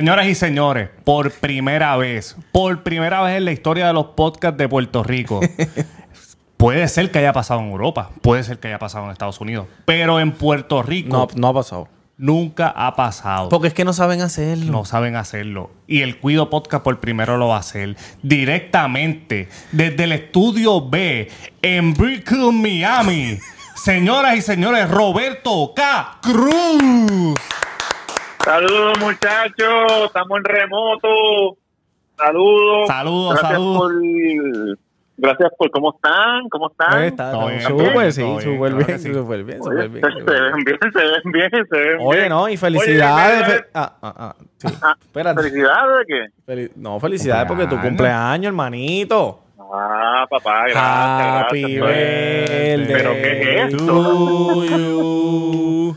Señoras y señores, por primera vez, por primera vez en la historia de los podcasts de Puerto Rico, puede ser que haya pasado en Europa, puede ser que haya pasado en Estados Unidos, pero en Puerto Rico No, no ha pasado. nunca ha pasado. Porque es que no saben hacerlo. No saben hacerlo. Y el Cuido Podcast por primero lo va a hacer directamente desde el estudio B en Brickell, Miami. Señoras y señores, Roberto K. Cruz. Saludos muchachos, estamos en remoto. Saludos. Saludos, gracias saludos. Por, gracias por cómo están, cómo están. Eh, está- Todo está- bien, Súper, sí, todo bien, súper claro bien, que sí. súper bien, Oye, súper se, bien, se súper bien. ven bien, se ven bien, se ven Oye, bien. no, y Oye, felicidades. mira, fe- ah, ah, ah, sí. Ah, Espérate. Felicidades de qué? Fel- no, felicidades porque tu Cumpleaños. cumpleaños, hermanito. Ah, papá, gracias. Happy gracias. pues. birthday. ¿Pero qué es esto? to you.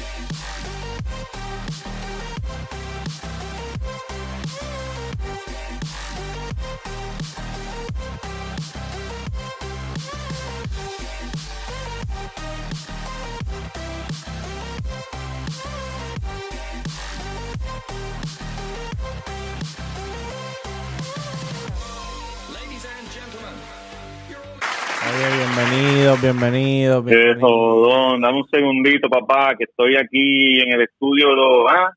Oye, bienvenidos, bienvenidos, Qué bienvenidos. jodón, dame un segundito, papá, que estoy aquí en el estudio. Lo, ah,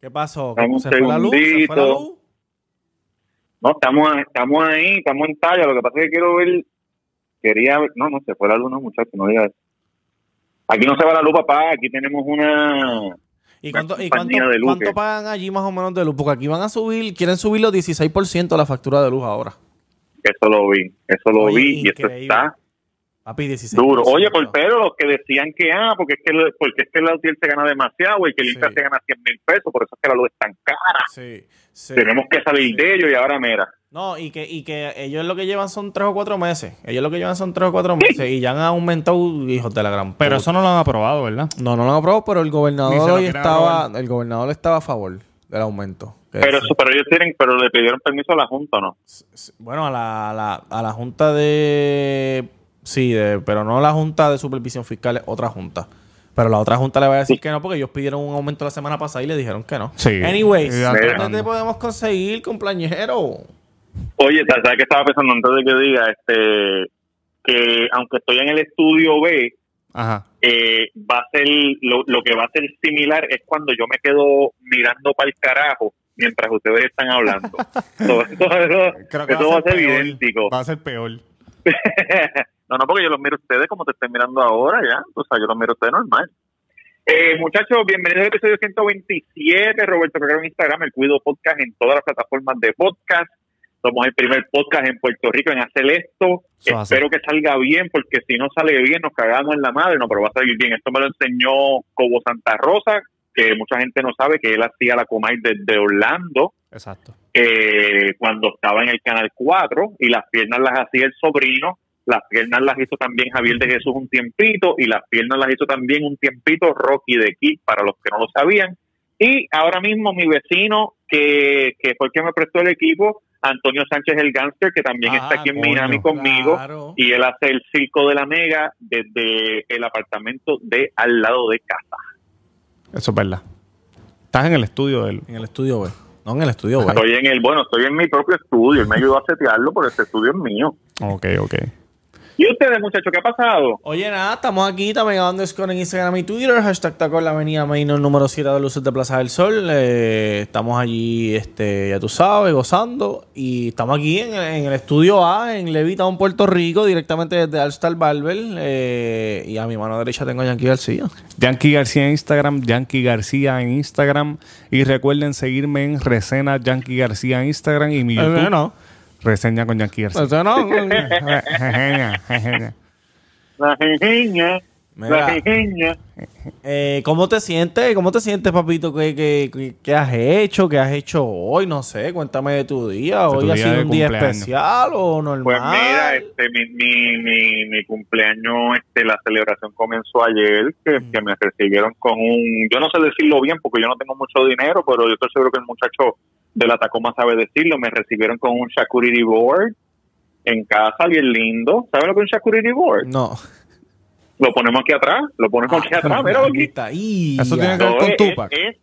¿Qué pasó? Dame un ¿Se fue la luz? ¿Se fue la segundito. luz? no, estamos, estamos ahí, estamos en talla. Lo que pasa es que quiero ver. Quería ver. No, no, se fue la luz, no, muchacho, no digas eso. Aquí no se va la luz, papá. Aquí tenemos una. ¿Y Una cuánto, y compañía cuánto- de luz, cuánto ¿eh? pagan allí más o menos de luz? Porque aquí van a subir, quieren subir los 16% la factura de luz ahora. Eso lo vi, eso lo Oye, vi y eso increíble. está Papi, 16%. duro. Oye, por pero los que decían que, ah, porque es que, el- porque es que el Altiel se gana demasiado y que el Sí. Inter se gana 100 mil pesos, por eso es que la luz es tan cara. Sí, sí. Tenemos que salir Sí. de ello y ahora mira. No, y que, y que ellos lo que llevan son 3 o 4 meses. Ellos lo que llevan son 3 o 4 meses y ya han aumentado, hijos de la gran Pero puta. eso no lo han aprobado, ¿verdad? No, no lo han aprobado, pero el Ni se gobernador lo hoy quieren estaba, aprobar. el gobernador estaba a favor del aumento. Que Pero, sí. eso- pero ellos tienen, pero le pidieron permiso a la Junta, ¿no? Sí, Bueno, a la, a la, a la junta de... Sí, de- pero no la junta de supervisión fiscal, es otra junta. Pero la otra junta le va a decir que no porque ellos pidieron un aumento la semana pasada y le dijeron que no. Sí. Anyways, Iban ¿dónde tratando. te podemos conseguir, cumpleañero? Oye, ¿sabes qué estaba pensando antes de que diga? Este, que aunque estoy en el estudio B, Ajá. eh, va a ser lo, lo que va a ser similar es cuando yo me quedo mirando para el carajo mientras ustedes están hablando. So, eso, eso- eso va a ser peor. idéntico. Va a ser peor. no, no, porque yo los miro a ustedes como te estén mirando ahora, ya. O sea, yo los miro a ustedes normal. Eh, muchachos, bienvenidos al episodio 127. Roberto Cacaro en Instagram, el Cuido Podcast en todas las plataformas de podcast. Somos el primer podcast en Puerto Rico en hacer esto. Eso hace. Espero que salga bien, porque si no sale bien, nos cagamos en la madre. No, pero va a salir bien. Esto me lo enseñó Cobo Santa Rosa, que mucha gente no sabe que él hacía la Comay desde Orlando Exacto. eh, cuando estaba en el Canal 4 y las piernas las hacía el sobrino, las piernas las hizo también Javier de Jesús un tiempito y las piernas las hizo también un tiempito Rocky de Kid, para los que no lo sabían. Y ahora mismo mi vecino, que, que fue el que me prestó el equipo, Antonio Sánchez el Gangster, que también está aquí en Miami conmigo, Ah, Claro. y él hace el circo de la mega desde el apartamento de al lado de casa. Eso es verdad. Estás en el estudio del. En el estudio B. No, en el estudio B. Estoy en el, bueno, estoy en mi propio estudio, él me ayudó a setearlo, pero este estudio es mío. Ok, ok. ¿Y ustedes, muchachos, qué ha pasado? Oye, nada, estamos aquí, también dando score en Instagram y Twitter, hashtag Tacón, la avenida Maino, número 7 de Luces de Plaza del Sol. Eh, estamos allí, este, ya tú sabes, gozando. Y estamos aquí en, en el estudio A, en Levitown, Puerto Rico, directamente desde Alstar Barber. Eh, y a mi mano derecha tengo a Yankee García. Yankee García en Instagram, Yankee García en Instagram. Y recuerden seguirme en Resena Yankee García en Instagram y mi YouTube. Eh, no. Pues, Reseña con Yankee García. no. La jejeña. Mira. La jejeña. Eh, ¿Cómo te sientes? ¿Cómo te sientes, papito? ¿Qué, qué, qué- qué has hecho? ¿Qué has hecho hoy? No sé, cuéntame de tu día. tu ¿Hoy ha día sido de un día cumpleaños. especial o normal? Pues mira, este, mi, mi, mi, mi cumpleaños, este, la celebración comenzó ayer, que, Mm. que me recibieron con un, yo no sé decirlo bien porque yo no tengo mucho dinero, pero yo estoy seguro que el muchacho de la Tacoma sabe decirlo, me recibieron con un Mm. charcuterie board en casa, bien lindo. ¿Sabes lo que es un charcuterie board? No. Lo ponemos aquí atrás, lo ponemos aquí atrás, míralo aquí. Eso tiene que ver No, Ah, con es- Tupac. es-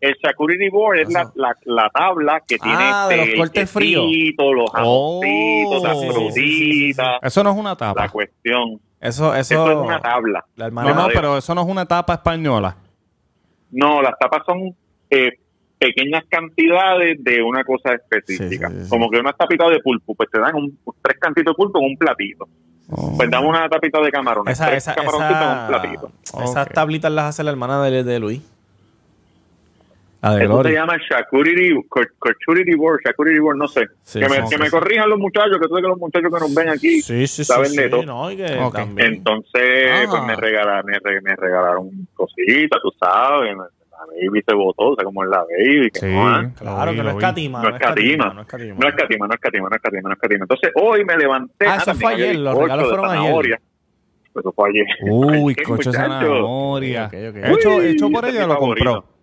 el Security Board es la, la, la tabla que Ah, de tiene este, los el cortes fríos. quesito, los Oh. jamoncitos, las Sí, sí, sí, frutitas, sí, sí, sí. Eso no es una la tapa. cuestión. Eso, eso. Eso es una tabla. La No, hermana. no, madera. pero eso no es una tapa española. No, las tapas son eh, pequeñas cantidades de una cosa específica. Sí, sí, sí, sí. Como que una tapita de pulpo, pues te dan un, tres cantitos de pulpo en un platito. Pues dame una tapita de camarones, Esa, tres esa, camaroncitos en esa, este un platito. Esas Ok. tablitas las hace la hermana de, de Luis. La de Eso se Glory. llama charcuterie, cur- charcuterie board, charcuterie board, no sé. Sí, que me, sí, que sí, me sí. corrijan los muchachos, que tú que los muchachos que nos ven aquí Sí, sí, sí. saben sí, de todo. No, y que Ok. también. Entonces, Ah. pues me regalaron, me, re- me regalaron cositas, tú sabes. La baby se botó, o sea, como es la baby. Que Sí. no, ah. claro, que no es catima. No es catima. No es catima. No es catima, no es catima, no es catima, no es catima. Entonces, hoy me levanté. Ah, eso también fue había ayer, los bizcocho regalos de fueron ayer. zanahoria. Eso fue ayer. Uy, coche Ay, de muchacho. zanahoria. Ok, ok. Hecho, Uy, hecho por ese es ella mi lo favorito. compró.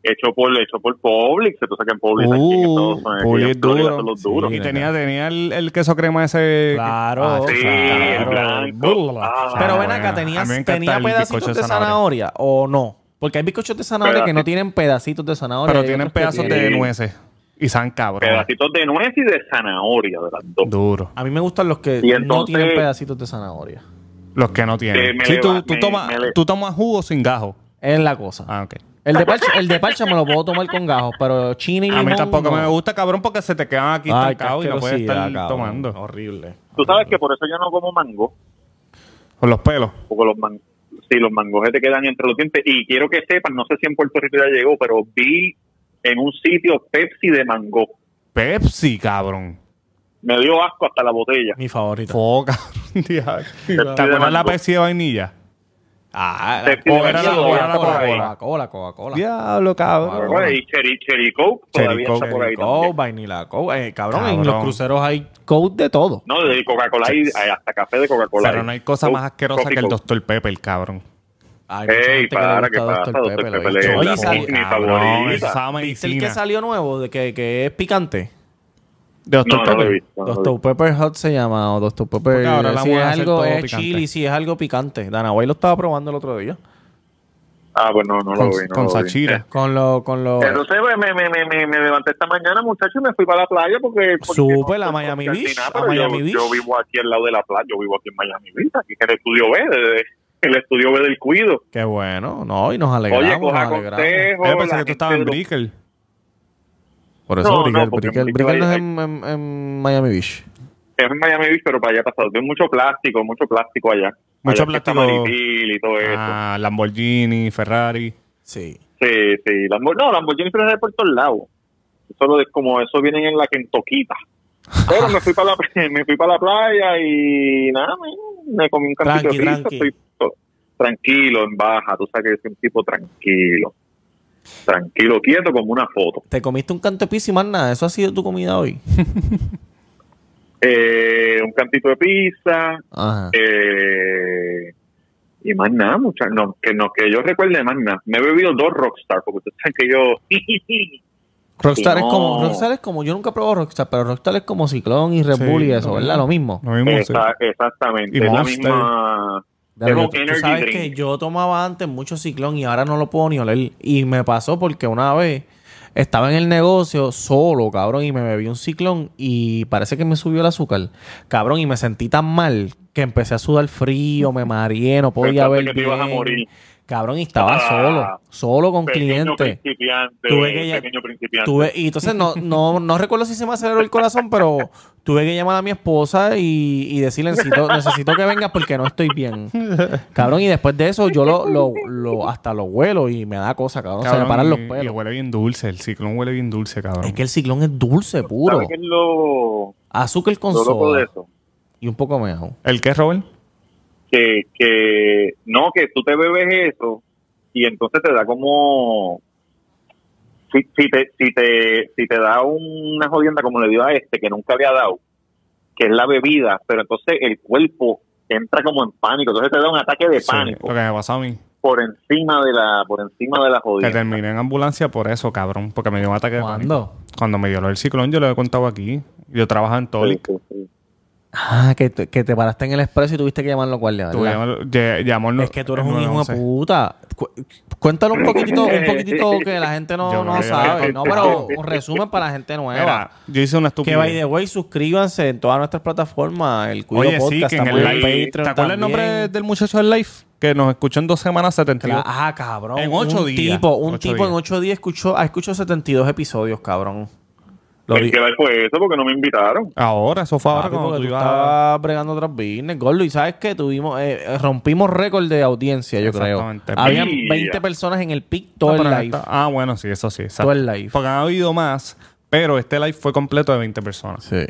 Hecho por, hecho por Publix, entonces que en Publix aquí, que todos son Uh, aquí, Publix en es Florida duro. son los duros. Y tenía, tenía el, el queso crema ese. Claro. Ah, Sí, el claro. blanco. Ah, Pero ven bueno. acá, A ¿tenías, mí me encanta ¿tenía el pedacitos bizcocho de de zanahoria. o no? Porque hay bizcochos de zanahoria que no Pedacitos. tienen pedacitos de zanahoria. pero hay tienen otros que pedazos de tienen- nueces. Y san cabrón. Pedacitos de nuez y de zanahoria de las dos. Duro. A mí me gustan los que Y no entonces- tienen pedacitos de zanahoria. Los que no Que tienen. me Sí, tú, leva- tú, me- tomas, me le- tú tomas jugo sin gajo. Es la cosa. Ah, ok. El de parcha, el de parcha me lo puedo tomar con gajos, pero china y A mí limón, tampoco no. me gusta, cabrón, porque se te quedan aquí Ay, qué estancados y no puedes estar asquerosidad, cabrón. tomando. Horrible. Tú sabes que por eso yo no como mango, Con los pelos. porque los man sí, los mangos se te quedan entre los dientes. Y quiero que sepan, no sé si en Puerto Rico ya llegó, pero vi en un sitio Pepsi de mango. Pepsi, cabrón. Me dio asco hasta la botella. Mi favorita. Foca. ¿Te acuerdas la Pepsi de vainilla? Ah, Te pido era la- ayuda, era la por ahí. Coca-Cola. Coca-Cola, Coca-Cola. Diablo, cabrón. Bueno, y Cherry, Cherry Coke todavía Cherry Coke, está por ahí. Cherry Coke, también. vainilla Coke. Eh, cabrón, en los Cabrón. cruceros hay Coke de todo. No, de Coca-Cola hay, hay hasta café de Coca-Cola. Pero no hay cosa más asquerosa que el Dr. Pepper, cabrón. Hay mucha Ey, gente que le para, gusta que pasa? Dr. Dr. Pepper, Pepper oye. es Oye, la- sal- mi Cabrón, favorita. esa ¿viste el que medicina. salió nuevo, de que, que es picante? Dr. No, no lo he Pepper. visto. no lo he visto. Dr. Pepper Hot se llama, o Dr. Pepper... Porque ahora la si moda es es hacer algo, todo es picante. chili, si es algo picante. Dana White lo estaba probando el otro día. Ah, pues no, no lo Con, vi. no con lo vi. Sachira. Con lo... Con lo Entonces pues, me, me, me, me, me levanté esta mañana, muchachos, y me fui para la playa porque... porque Supe, la no- Miami no- Beach, nada, la pero yo- Miami Beach. yo, vivo aquí al lado de la playa, yo vivo aquí en Miami Beach, aquí en el estudio B, de- de- el estudio B del Cuido. Qué bueno, no, y nos alegramos, Oye, coja nos alegramos. Yo consejos. pensé que tú la gente estabas en de los- Brickell. Por eso No, Brickell, no, porque en Brickell- Brickell Brickell no es hay- en, en- en Miami Beach. Es en Miami Beach, pero para allá pasado. Hay mucho plástico, mucho plástico allá. Mucho Allá está plástico. Maripil y todo eso. Ah, Lamborghini, Ferrari. Sí. Sí, sí. Lambo- no, Lamborghini pero es de por todos lados. Eso lo de, como eso vienen en la Kentoquita. Pero me fui para la me fui para la playa y nada, me, me comí un cantito Tranqui, de pizza, tranqui. estoy to- tranquilo en baja, tú sabes que yo soy un tipo tranquilo. Tranquilo, quieto como una foto. Te comiste un canto de pizza y más nada, eso ha sido tu comida hoy. Eh, un cantito de pizza, Ajá. eh, y más nada, muchachos, no, que no, que yo recuerde más nada. Me he bebido dos Rockstar, porque ustedes saben que yo Rockstar no. es como, Rockstar es como, yo nunca he probado Rockstar, pero Rockstar es como Ciclón y Red Sí, Bull y lo eso, mismo. ¿verdad? Lo mismo. Lo mismo. sí. Esa- exactamente, Y es la Monster. misma. Dale, es un yo- tú energy sabes drink. que yo tomaba antes mucho Ciclón y ahora no lo puedo ni oler. Y me pasó porque una vez estaba en el negocio solo, cabrón, y me bebí un Ciclón y parece que me subió el azúcar, cabrón, y me sentí tan mal que empecé a sudar frío, me mareé, no podía Pensaste ver que te ibas a bien. morir. Cabrón, y estaba Ah, solo, solo con Pequeño clientes. principiante, Tuve que ya- pequeño principiante. Tuve, y entonces no, no, no recuerdo si se me aceleró el corazón, pero tuve que llamar a mi esposa y, y decirle, necesito, necesito que vengas porque no estoy bien. Cabrón, y después de eso yo lo, lo, lo- hasta lo vuelo y me da cosa, cabrón. se me Cabrón, paran los y- y pelos. huele bien dulce. El ciclón huele bien dulce, cabrón. Es que el ciclón es dulce, puro. ¿Sabes qué es lo, Azúcar con lo loco soda de eso? y un poco de ajo. ¿El qué, Robert? Que, que no, que tú te bebes eso y entonces te da como. Si, si te, si, te, si te da una jodienda como le dio a este, que nunca había dado, que es la bebida, pero entonces el cuerpo entra como en pánico, entonces te da un ataque de Sí, pánico Lo que me pasó a mí. por encima de la por encima de la Que jodida. terminé en ambulancia por eso, cabrón. Porque me dio un ataque de pánico. ¿Cuándo? Cuando me dio el ciclón, yo lo he contado aquí. Yo trabajaba en Tolic. Sí, sí, sí. Ah, que, te- que te paraste en el expreso y tuviste que llamar a los guardias, Tú ¿verdad? llamalo- lle- llamó al- Es que tú eres al un hijo de 911. puta. Cu- Cuéntalo un poquitito, un poquitito que la gente Yo no, no no creo que- sabe. No, pero un resumen para la gente Mira, nueva. yo hice una Que estupidez. by the way, suscríbanse en todas nuestras plataformas. El Cuido Oye, sí, Podcast que en estamos el live. ¿Te acuerdas Patreon el también. nombre este del muchacho del live? Que nos escuchó en dos semanas Cla- 72. Ah, cabrón. En ocho un días. Tipo, un Ocho tipo días. en ocho días escuchó, ha escuchado 72 episodios, cabrón. Lo El di- que ver fue eso porque no me invitaron. Ahora, eso fue ahora Papi, cuando porque tú tú ibas- estabas bregando otras business, Gordo. Y sabes que tuvimos, eh, eh, rompimos récord de audiencia, yo creo. Exactamente. Había Mira. 20 personas en el pic No, todo el pero live. esta- Ah, bueno, sí, eso sí. exacto. Todo el live. Porque han habido más, pero este live fue completo de 20 personas. Sí.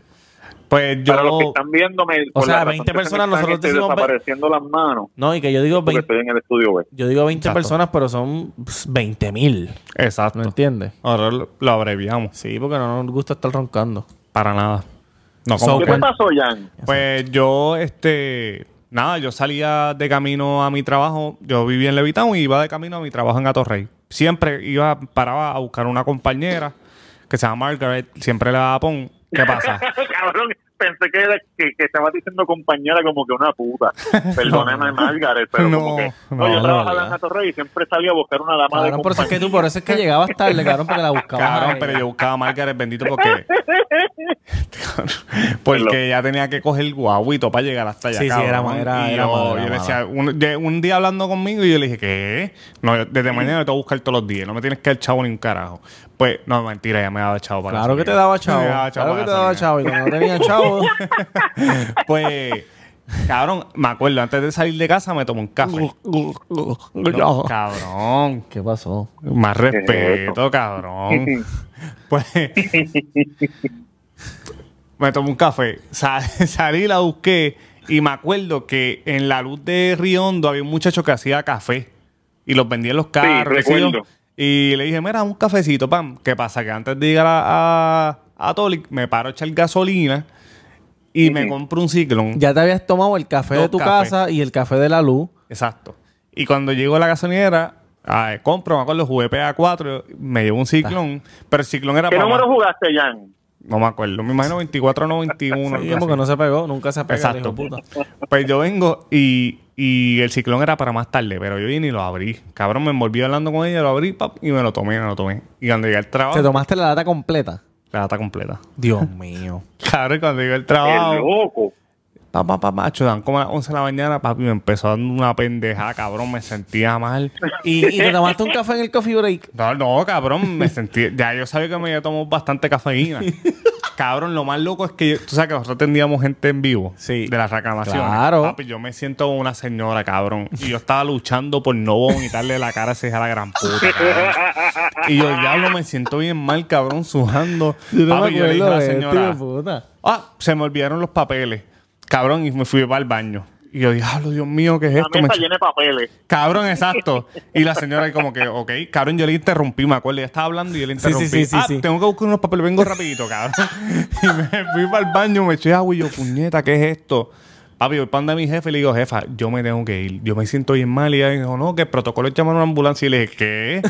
Pues yo... Para los que están viéndome, O por sea, la 20 razón que se me personas, están, nosotros este, decimos ve- desapareciendo las manos No, y que yo digo porque 20, estoy en el estudio web. yo digo 20 Exacto. personas, pero son pues, 20 mil. Exacto. ¿Me entiendes? Ahora lo, lo abreviamos. Sí, porque no nos gusta estar roncando. Para nada. No, So, como ¿Qué que- te pasó, Jan? Pues yo, este... Nada, yo salía de camino a mi trabajo. Yo vivía en Levitown y iba de camino a mi trabajo en Atorrey. Siempre iba, paraba a buscar una compañera que se llama Margaret. Siempre le daba pon. ¿Qué pasa? Cabrón, pensé que, era- que, que estaba diciendo compañera como que una puta. Perdóname, Margaret, pero No, como que. no, No, no, yo ¿verdad? trabajaba en la torre y siempre salía a buscar una dama de Cabrón, por eso compañía. es que tú, por eso es que llegabas tarde, cabrón, porque la buscabas. Cabrón, ahí. pero yo buscaba a Margaret bendito porque. porque ella tenía que coger guaguito para llegar hasta allá. Sí, sí, cabrón. era ma- era- Y era yo- mala, yo era le decía, un, de- un día hablando conmigo y yo le dije, ¿qué? No, yo- Mm. desde mañana yo te voy a buscar todos los días. No me tienes que dar chavo ni un carajo. Pues, no, mentira, ella me daba chavo para Claro la que te salida. daba chavo. Me daba Claro que para te la daba salida. chavo. Y cuando no tenía chavo. Pues, cabrón, me acuerdo, antes de salir de casa me tomé un café. No, cabrón. ¿Qué pasó? Más respeto, Respeto. cabrón. pues. me tomé un café. sa- salí, la busqué. Y me acuerdo que en la luz de Riondo había un muchacho que hacía café. Y los vendía en los carros. qué sé yo. recuerdo. Y le dije, mira, un cafecito, pam. ¿Qué pasa? Que antes de llegar a, a, a Tolic, me paro a echar gasolina. Y me compro un ciclón. Ya te habías tomado el café Dos de tu cafés. casa y el café de la luz. Exacto. Y cuando llego a la gasolinera, ay, compro, me acuerdo, jugué PA4, me llevo un ciclón, pero el ciclón era ¿Qué para número más. jugaste, Jan? No me acuerdo, me imagino 24 o 91. Sí, algo así. porque no se pegó, nunca se pegó. Exacto. Pues yo vengo y, y el ciclón era para más tarde, pero yo vine y lo abrí. Cabrón, me envolví hablando con ella, lo abrí pap, y me lo tomé, me lo tomé. Y cuando llegué al trabajo, ¿Te tomaste la lata completa? la data completa. Dios mío. Cabrón, cuando llegué al Ah, El trabajo, loco. pa, pa, pa, macho, dan como a las 11 de la mañana, papi, me empezó dando una pendejada, cabrón, me sentía mal. ¿Y, y te tomaste un café en el coffee break? No, no, cabrón, me sentí. Ya yo sabía que me había tomado bastante cafeína. cabrón, lo más loco es que yo- tú sabes que nosotros atendíamos gente en vivo Sí. de las reclamaciones. Claro. Papi, yo me siento como una señora, cabrón. Y yo estaba luchando por no vomitarle la cara a ese hija de la gran puta. cabrón. Y yo, diablo, me siento bien mal, cabrón, sujando. Papi, yo le dije a la señora. Ah, se me olvidaron los papeles. Cabrón, y me fui para el baño. Y yo, diablo, Dios mío, ¿qué es La esto? Me mesa ch- llena de papeles. Cabrón, exacto. Y la señora ahí como que, ok, cabrón, yo le interrumpí, me acuerdo. Ella estaba hablando y yo le Sí, sí, interrumpí. sí, sí, ah, sí. tengo que buscar unos papeles, vengo rapidito, cabrón. y me fui para el baño, me eché agua y yo, puñeta, ¿qué es esto? Papi, voy para donde mi jefe y le digo, jefa, yo me tengo que ir. Yo me siento bien mal. Y ella dijo, no, que el protocolo es llamar a una ambulancia. Y le dije, ¿qué?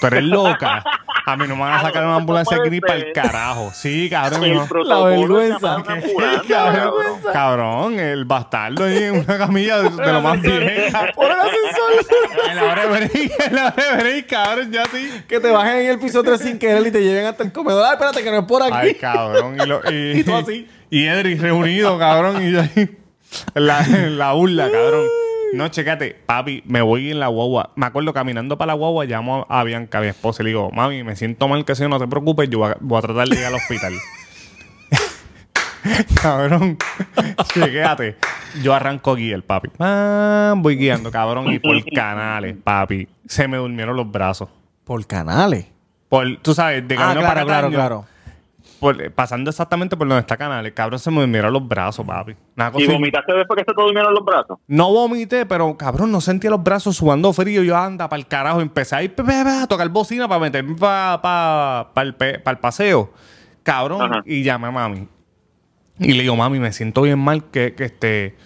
Tú eres loca. A mí no me van a sacar una Ah, No ambulancia aquí puede ni para el ser. carajo. Sí, cabrón. y El no- protocolo es vergüenza. llamar a una ambulancia, cabrón. cabrón, cabrón, el bastardo ahí en una camilla de, de lo más vieja. ¡Por el ascensor! el abre break, el abre break, cabrón, ya sí. Que te bajen en el piso 3 sin querer y te lleven hasta el comedor. Ay, espérate, que no es por aquí. Ay, cabrón. Y, lo, y, Y tú así. y Edric reunido, cabrón. Y yo ahí. La, la burla, cabrón. No, checate, papi, me voy en la guagua. Me acuerdo caminando para la guagua, llamo a Bianca, mi esposa, y le digo, mami, me siento mal que sea, no te preocupes, yo voy a, voy a tratar de ir al hospital. cabrón, chequéate. Yo arranco guía el papi. Ah, voy guiando, cabrón, y por canales, papi. Se me durmieron los brazos. Por canales. Por, tú sabes, de Ah, camino para este claro, claro, Cataño, claro. por- pasando exactamente por donde está Canales, cabrón, se me durmieron los brazos, papi. Una cosa Y vomitaste después que se te durmieron los brazos. no vomité, pero cabrón, no sentía los brazos sudando frío. Yo anda para el carajo, empecé a ir pe, pe, pe, a tocar bocina para meterme para el, pe- pa el paseo. Cabrón, Ajá. y llamé a mami. Y le digo, mami, me siento bien mal que, que este.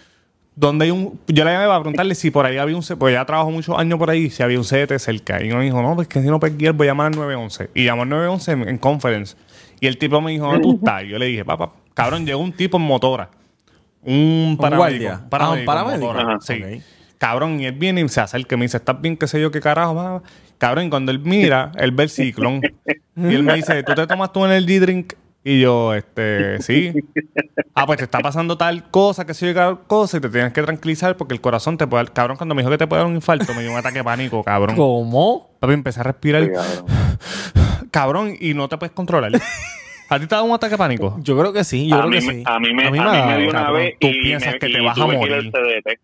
Donde hay un. Yo le llamé para preguntarle si por ahí había un. C- Porque ya trabajó muchos años por ahí, si había un CDT cerca. Y me dijo, no, pues que si no perdí, voy a llamar al 911. Y llamó al 911 en, en conference. Y el tipo me dijo, ¿dónde tú estás? Y yo le dije, papá, cabrón, llegó un tipo en motora Un paramédico. guardia? paramédico, Ah, un paramédico. motora, Ajá. sí. Ok. Cabrón, y él viene y se acerca y me dice, ¿estás bien? ¿Qué sé yo? ¿Qué carajo? va?". Cabrón, y cuando él mira, él ve el ciclón. y él me dice, ¿tú te tomas tu energy drink? Y yo, este, sí. Ah, pues te está pasando tal cosa, qué sé yo, tal cosa, y te tienes que tranquilizar porque el corazón te puede dar. Cabrón, cuando me dijo que te puede dar un infarto, me dio un ataque de pánico, cabrón. ¿Cómo? Papi, empecé a respirar, cabrón. cabrón, y no te puedes controlar. ¿A ti te ha dado un ataque de pánico? Yo creo que sí, yo A creo mí, que me- sí. ah. a mí me, a mí ha me dado, dio una cabrón. vez Tú y piensas me- que te y vas a tuve que ir morir. al CDT.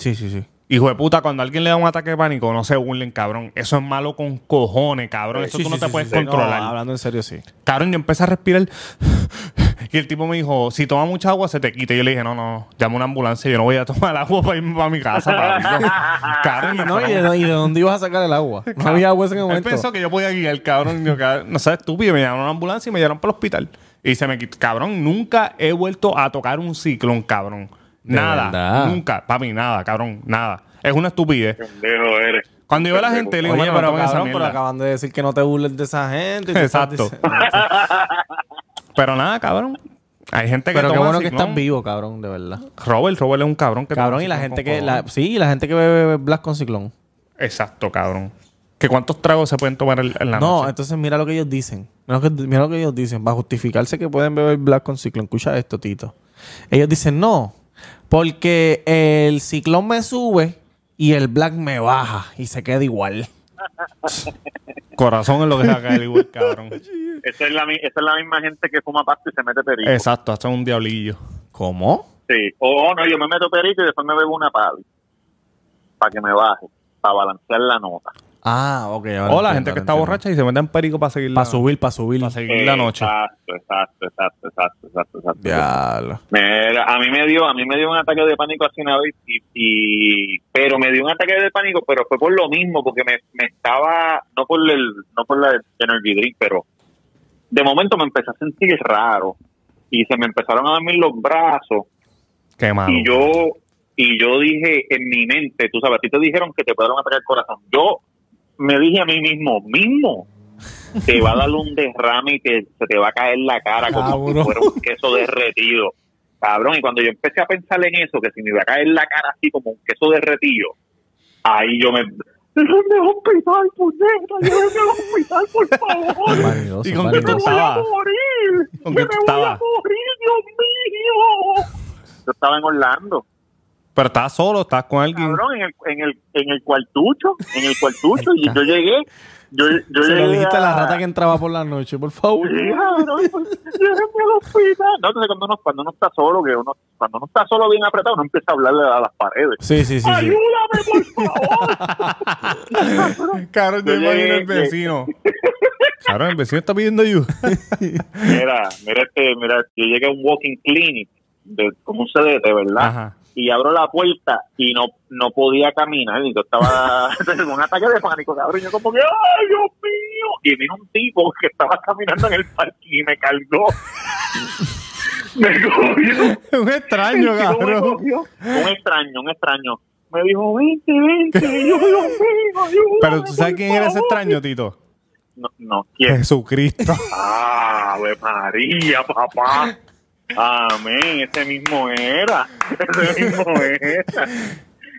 Sí, sí, sí. Hijo de puta, cuando a alguien le da un ataque de pánico, no se burlen, cabrón. Eso es malo con cojones, cabrón. Eso Eh, Sí, tú sí, no te sí, puedes sí, sí. No, controlar. hablando en serio, sí. Cabrón, yo empecé a respirar. y el tipo me dijo, si tomas mucha agua, se te quita. Y yo le dije, no, no, llama una ambulancia. Yo no voy a tomar agua para irme para mi casa. papito". cabrón, me No, ¿y fueron- de, y de dónde ibas a sacar el agua? No había agua en ese Él momento. pensó que yo podía guiar, cabrón. Yo, cabrón, no seas estúpido. Me llamaron a una ambulancia y me llevaron para el hospital. Y se me quitó. Cabrón, nunca he vuelto a tocar un ciclón, cabrón. De Nada. verdad. Nunca. Para mí, nada, cabrón. Nada. Es una estupidez. Pendejo eres. Cuando yo veo a la gente, le digo, Oye, "Mano, pero no tomen esa cabrón, pero mierda". acaban de decir que no te burles de esa gente. y tú estás Exacto. diciendo- Pero nada, cabrón. Hay gente que Pero qué toma bueno que ciclón. estás vivo, cabrón, de verdad. Robert, Robert es un cabrón que Cabrón, toma y la ciclón gente con que... la- cojones. sí, la gente que bebe Black con ciclón. Exacto, cabrón. ¿Que ¿Cuántos tragos se pueden tomar en en la No, noche? entonces mira lo que ellos dicen. Mira lo que, mira lo que ellos dicen. Para justificarse que pueden beber Black con ciclón. Escucha esto, Tito. Ellos dicen no. Porque el ciclón me sube y el Black me baja y se queda igual. Corazón es lo que se va a caer igual, cabrón. Esa es, la, mi- esa es la misma gente que fuma pasta y se mete perico. Exacto, hasta un diablillo. ¿Cómo? Sí. O oh, no, yo me meto perico y después me bebo una pala para que me baje, para balancear la nota. Ah, ok. ahora O la gente que está entiendo, ahora entiendo. borracha y se mete en perico para seguir Para la- subir, para subir. para seguir la noche. Exacto, exacto, exacto, exacto, exacto. exacto. Diablo. Mira, a mí me dio, a mí me dio un ataque de pánico así una vez y, y- pero me dio un ataque de pánico, pero fue por lo mismo, porque me, me estaba, no por el, no por la energy drink, pero de momento me empecé a sentir raro y se me empezaron a dormir los brazos Qué malo. y yo, y yo dije en mi mente, tú sabes, a ti te dijeron que te pudieron atacar el corazón. Yo me dije a mí mismo, mismo, te va a dar un derrame y te, se te va a caer la cara como si Cabrón. fuera un queso derretido. Cabrón, y cuando yo empecé a pensar en eso, que si me iba a caer la cara así como un queso derretido, ahí yo me... ¡Déjenme al hospital, puñeta! ¡Déjenme al hospital, por favor! Vanidoso, ¿Y con vanidoso. qué tú estabas? morir! ¿Con qué tú estabas? morir, Dios mío! Yo estaba en Orlando, Pero estás solo, estás con alguien. cabrón, en el, en el, en el cuartucho, en el cuartucho, y yo llegué, yo, yo Se lo llegué dijiste a la rata que entraba por la noche, por favor. Sí, cabrón, pues, llévenme al hospital. No, entonces cuando uno, cuando uno está solo, que uno, cuando uno está solo bien apretado, uno empieza a hablarle a las paredes. Sí, sí, sí. sí. ¡Ayúdame, por favor! Cabrón, yo Yo imagino llegué- el vecino. Cabrón, el vecino está pidiendo ayuda. mira, mira, este, mira, yo llegué a un walking clinic, de, como un CDT, ¿verdad? Ajá. y abro la puerta y no no podía caminar y yo estaba en un ataque de pánico cabrón yo como que ay Dios mío y vino un tipo que estaba caminando en el parque y me cargó me cogió un extraño, El tipo me cabrón. cogió. un extraño un extraño me dijo vente vente Y yo Dios mío ayúdame, Pero tú sabes por quién era ese favor". extraño, Tito. no, no quién Jesucristo. Ave María, papá. Amén, ese mismo era. Ese mismo era.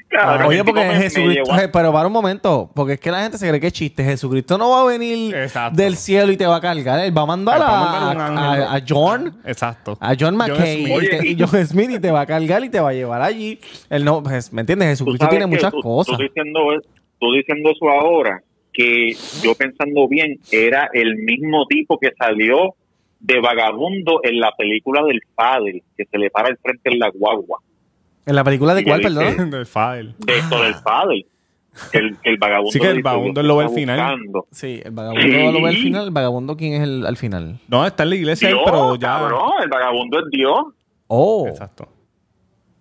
Cabrón, Oye, el tipo porque me- me Jesucristo. llevó a- Je- Pero para un momento, porque es que la gente se cree que es chiste. Jesucristo no va a venir Exacto. del cielo y te va a cargar. Él va a mandar Él va a a, mandar un a- ángel. a- a John. Exacto. A John McCain Smith. y, te- y John Smith y te va a cargar y te va a llevar allí. Él no, pues, ¿me entiendes? tú Jesucristo sabes tiene que muchas tú- cosas. Tú diciendo, es- tú diciendo eso ahora, que yo pensando bien, era el mismo tipo que salió de vagabundo en la película del padre, que se le para el frente en la guagua. ¿En la película de Y cuál, yo dije, perdón? Del file. De esto del padre. Que el, que el vagabundo. Ah. Sí, que el dice, vagabundo Dios lo ve me al está final. buscando. Sí, el vagabundo lo ve al Sí. final. ¿El vagabundo quién es el, al final? No, está en la iglesia, él, Dios, pero ya. cabrón, el vagabundo es Dios. Oh, Exacto.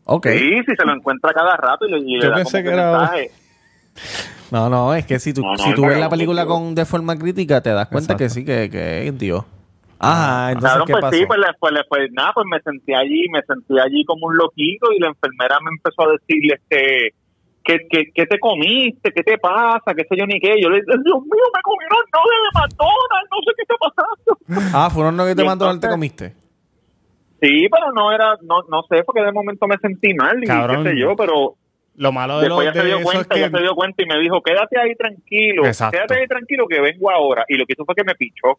ok. Sí, si se lo encuentra cada rato y le, y le Yo da pensé como que era- mensaje. No, no, es que si tú, No, no, si el tú ves la vagabundo, película tío. con de forma crítica, te das cuenta que Exacto. sí, que, que es Dios. Ajá, entonces, Claro, ¿qué pues pasó? sí, pues, le- pues, le- pues, nada, pues me sentí allí, me sentí allí como un loquito y la enfermera me empezó a decirle este, ¿qué, qué, qué te comiste? ¿Qué te pasa? ¿Qué sé yo ni qué? Yo le dije, Dios mío, me comieron no de McDonald's, no sé qué está pasando. Ah, fueron no que te Y mandó, no te entonces- comiste. Sí, pero no era, no, no sé, porque de momento me sentí mal y Cabrón. qué sé yo, pero Lo malo de, lo, después ya de se dio eso es cuenta, ya que se dio cuenta y me dijo, quédate ahí tranquilo, Exacto. quédate ahí tranquilo que vengo ahora. Y lo que hizo fue que me pichó.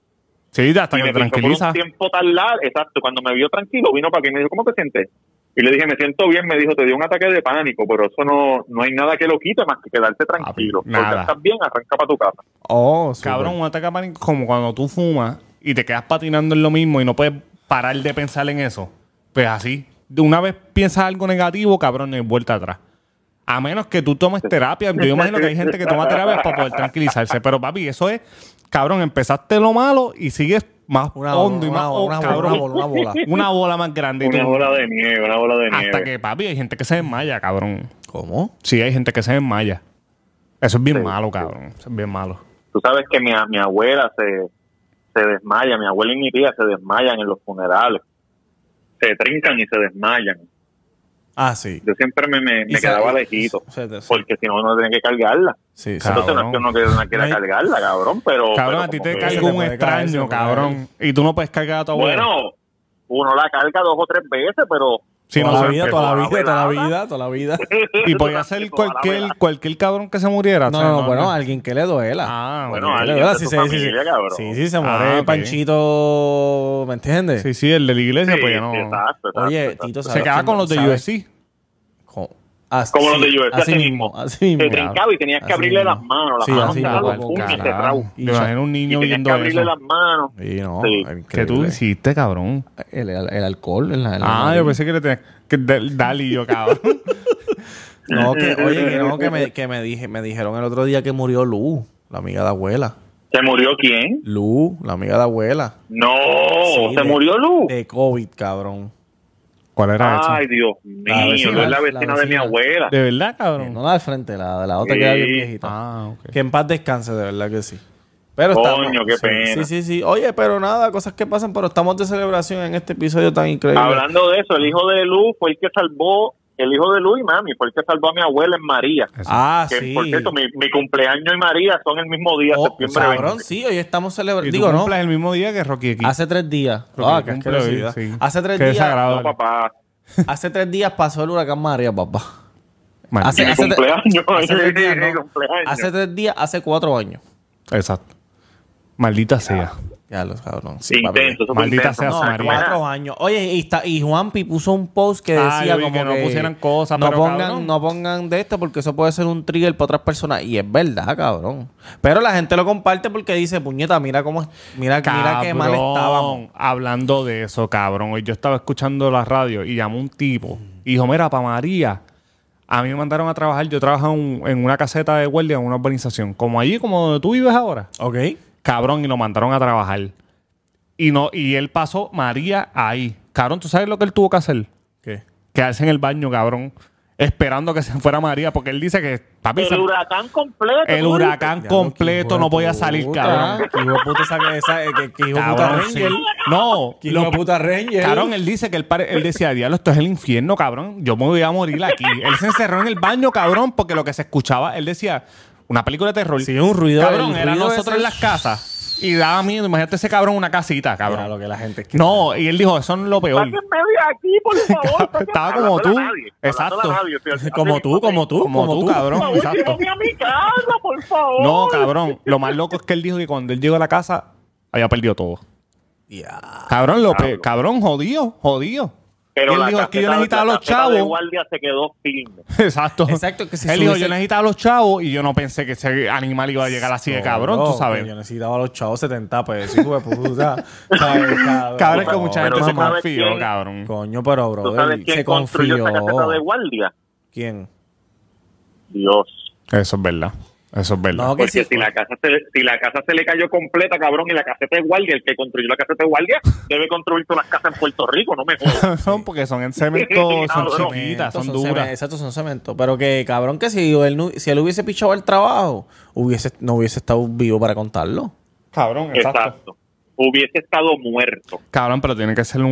Sí, hasta y que te me pichó por tranquiliza. un tiempo tan largo, exacto, cuando me vio tranquilo, vino para aquí y me dijo, ¿cómo te sientes? Y le dije, me siento bien, me dijo, te dio un ataque de pánico, pero eso no, no hay nada que lo quite más que quedarte tranquilo. Porque nada. estás bien, arranca para tu casa. Oh, súper. Cabrón, un ataque de pánico es como cuando tú fumas y te quedas patinando en lo mismo y no puedes parar de pensar en eso. Pues así. De una vez piensas algo negativo, cabrón, no hay vuelta atrás. A menos que tú tomes terapia. Yo imagino que hay gente que toma terapia para poder tranquilizarse. Pero, papi, eso es, cabrón, empezaste lo malo y sigues más Una, hondo y una- más una- hondo, una- cabrón. una bola, una bola. Una bola más grande. y Una tú- bola de nieve, una bola de nieve. hasta que, papi, hay gente que se desmaya, cabrón. ¿Cómo? Sí, hay gente que se desmaya. Eso es bien Sí, malo, sí. cabrón. Eso es bien malo. Tú sabes que mi, mi abuela se, se desmaya, mi abuela y mi tía se desmayan en los funerales. Se trincan y se desmayan. Ah, sí. Yo siempre me, me, me Y se- quedaba lejito, se- se- porque si no, uno tenía que cargarla. Sí, sí. Cabrón. Entonces no es que uno quiera, no quiera No hay- cargarla, cabrón, pero... Cabrón, pero a ti como te que- cae se un te puede caer, se extraño, te puede cabrón. Y tú no puedes cargar a tu abuela. Bueno, uno la carga dos o tres veces, pero... Sí, no toda la sé, vida, pero- toda la pero- vida, toda la vida, toda la vida. Y podía ser Tipo, a la cualquier, vela. cualquier cabrón que se muriera. No, o sea, no, bueno, alguien que le duela. Ah, Bueno, bueno. Que le alguien duela, de si tu se- si se- familia, cabrón. Sí, sí, se Ah, muere ok. Panchito, ¿me entiendes? Sí, sí, el de la iglesia, Sí, pues ya no. sí, exacto, exacto, Oye, exacto. Tito, ¿sabes se queda quién- con los de sabes- UFC. Como, así, Como los de UFC, Así así mismo, mismo. así mismo. Te trincaba y tenías que Así abrirle mismo. las manos, las Sí, manos así cerradas, mismo, pum, y carajo. cerrado. Yo imagino un Y niño tenías que viendo abrirle eso. las manos. Y no, Sí. increíble. Que tú hiciste, cabrón. El, el- el alcohol. el- el- Ah, yo pensé que le tenías que dar- darle y yo, cabrón. No, que, oye, que no, que, me, que me, dije, me dijeron el otro día que murió Lu, la amiga de abuela. ¿Se murió quién? Lu, la amiga de abuela. No, Sí, Oh, se de- murió Luz. De COVID, cabrón. ¿Cuál era eso? Ay, Dios La mío, vecina, yo es la la vecina de mi vecina. abuela. ¿De verdad, cabrón? No la del frente, la de la otra Sí. que era bien viejita. Ah, ok. Que en paz descanse, de verdad que sí. Pero Coño, qué sí, pena. Sí, sí, sí. Oye, pero nada, cosas que pasan, pero estamos de celebración en este episodio tan increíble. Hablando de eso, el hijo de Luz fue el que salvó, el hijo de Luz y mami, fue el que salvó a mi abuela en María. Ah, Que, sí. Por cierto, mi, mi cumpleaños y María son el mismo día, Oh, septiembre 20. cabrón, sí, hoy estamos Y celebrando. tú Digo, no. cumples el mismo día que Rocky aquí. Hace tres días. Creo que Ah, qué cumple hoy, asquerosidad. sí. Hace tres Qué días. desagradable. No, papá. Hace tres días pasó el huracán María, papá. Maldito. Hace- Mi hace- cumpleaños. hace tres días, mi ¿no? cumpleaños. Hace tres días, hace cuatro años. Exacto. Maldita sea. Ya los cabrón. Sí, papi. Intenso, eso fue Maldita intenso. sea No, su María. cuatro años. Oye, y, está, y Juanpi puso un post que Ah, decía yo vi como que no pusieran cosas, no pero, pongan, cabrón. no pongan de esto porque eso puede ser un trigger para otras personas. Y es verdad, cabrón. Pero la gente lo comparte porque dice, puñeta, mira cómo, mira, mira qué mal Cabrón, estábamos. Hablando de eso, cabrón. Hoy yo estaba escuchando la radio y llamó un tipo. Y dijo, mira, pa' María. A mí me mandaron a trabajar. Yo trabajaba un- en una caseta de guardia en una urbanización. Como allí, como donde tú vives ahora. Ok. Cabrón, y lo mandaron a trabajar. Y, no, y él pasó María ahí. Cabrón, ¿tú sabes lo que él tuvo que hacer? ¿Qué? Quedarse en el baño, cabrón. Esperando que se fuera María. Porque él dice que... Papi, se- El huracán completo. el ¿no? huracán completo no podía salir, cabrón. Que hijo de puta esa que esa, eh, que, que hijo de puta Cabrón, sí. Ranger. No, Que hijo de lo- puta Ranger. Cabrón, él dice que él, pare- él decía, diablo, esto es el infierno, cabrón. Yo me voy a morir aquí. Él se encerró en el baño, cabrón, porque lo que se escuchaba, él decía, una película de terror. Sí, un ruido- Cabrón, el era ruido nosotros ese- en las casas. Y daba miedo. Imagínate ese cabrón en una casita, Ya, lo cabrón. que la gente es que- No, y él dijo, eso no es lo peor. Sáquenme de aquí, por favor. sáquenme. Estaba como Hablándole a tú. nadie, Exacto. hablándole a nadie, estoy así, Como así, tú, como tú, Como tú, cabrón. Por favor, Exacto. llévame a mi casa, por favor. No, cabrón. Lo más loco es que él dijo que cuando él llegó a la casa, había perdido todo. Ya. Cabrón, lo pe- Diablo. cabrón, jodido, jodido. Pero y él la dijo, es que yo caseta- necesitaba a la los caseta de chavos. guardia se quedó firme. Exacto. Exacto, que si Él dijo, subiese- yo necesitaba a los chavos y yo no pensé que ese animal iba a llegar así de cabrón, No, tú sabes. que Yo necesitaba a los chavos 70 pesos, hijo de puta. ¿Sabes, cabrón? Cabrón, es que No, mucha pero gente tú se sabes confió, quién- cabrón. Coño, pero, bro. ¿Tú sabes quién se construyó confió. esa caseta de guardia? ¿Quién? Dios. Eso es verdad. Eso es verdad. No, que Porque sí. si la casa se, si la casa se le cayó completa, cabrón, y la caseta de guardia, el que construyó la caseta de guardia, debe construir todas las casas en Puerto Rico, no me jodas. son porque son en cemento, son Cabrón. chiquitas, son cemen- duras. Exacto, son cemento. Pero que, cabrón, que si él, no- si él hubiese pichado el trabajo, hubiese, no hubiese estado vivo para contarlo. Cabrón, Exacto. hubiese estado muerto. Cabrón, pero tiene que ser un-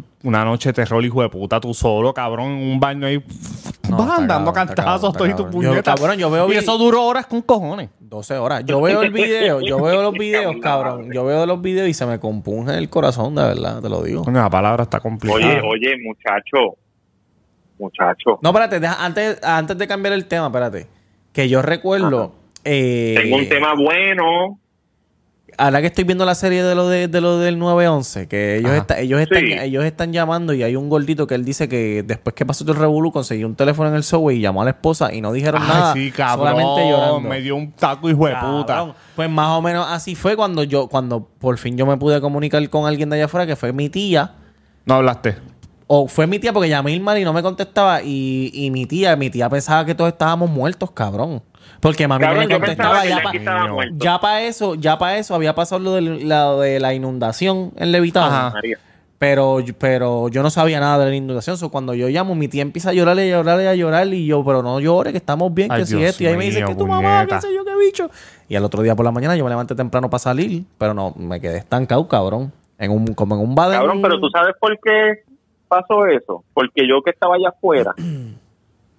un- una noche de terror, hijo de puta, tú solo, cabrón, en un baño ahí. No, vas está andando cabrón, está cantazos, todo cabrón, y está tu cabrón. Yo- puñeta. cabrón, yo veo Y vi- eso duró horas con cojones. 12 horas. Yo veo el video, yo veo los videos, cabrón. Yo veo los videos y se me compunge el corazón, de verdad, te lo digo. Coño, la palabra está complicada. Oye, oye, muchacho, muchacho, No, espérate, deja- antes, antes de cambiar el tema, espérate. Que yo recuerdo. eh, tengo un tema bueno. Ahora que estoy viendo la serie de lo, de, de lo del 911, que ellos, Ajá. está- ellos, están, Sí. ellos están llamando y hay un gordito que él dice que después que pasó todo el revolú consiguió un teléfono en el subway y llamó a la esposa y no dijeron Ay, nada. sí, cabrón. Solamente llorando. Me dio un taco, hijo de Cabrón. puta. Pues más o menos así fue cuando yo, cuando por fin yo me pude comunicar con alguien de allá afuera, que fue mi tía. No hablaste. O fue mi tía porque llamé a Irma y no me contestaba. Y, y mi tía, mi tía pensaba que todos estábamos muertos, cabrón. Porque mami Cabrón, no yo le contestaba pensaba que ya la pa- aquí estaba Coño. muerto. ya para eso, ya para eso había pasado lo de la, de la inundación en Levitado. Ajá. María. Pero, pero yo no sabía nada de la inundación. So, cuando yo llamo, mi tía empieza a llorar y a llorar y a llorar. Y yo, pero no llores, que estamos bien, Ay, que si Dios esto. Y ahí me dice mío, que tu mamá, puñeta. qué sé yo, qué bicho. Y al otro día por la mañana yo me levanté temprano para salir. Pero no, me quedé estancado, cabrón. En un, como en un baden. Cabrón, pero tú sabes por qué pasó eso. Porque yo que estaba allá afuera,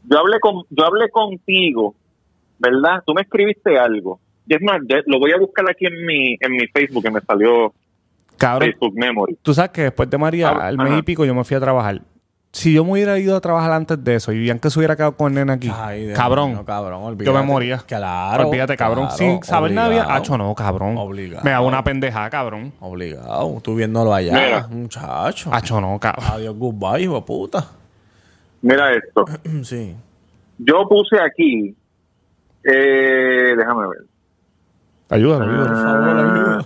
yo hablé con, yo hablé contigo, ¿verdad? Tú me escribiste algo. Y es más, de- lo voy a buscar aquí en mi, en mi Facebook, que me salió Cabrón, Facebook Memory. tú sabes que después de María, Ah, al mes ajá. y pico, yo me fui a trabajar. Si yo me hubiera ido a trabajar antes de eso y bien que se hubiera quedado con el nene aquí, Ay, Dios cabrón, mío, cabrón, yo olvídate. me moría. Claro, Olvídate, cabrón. claro, sin saber nada había obligado. hecho, no, cabrón. Obligado. Me daba una pendejada, cabrón. Obligado, tú viéndolo allá, Mira. muchacho. Hacho, no, cabrón. Adiós, goodbye, hijo de puta. Mira esto. Sí. Yo puse aquí, eh, déjame ver. Ah. Ayúdalo, Por ayúdalo. favor, ayuda.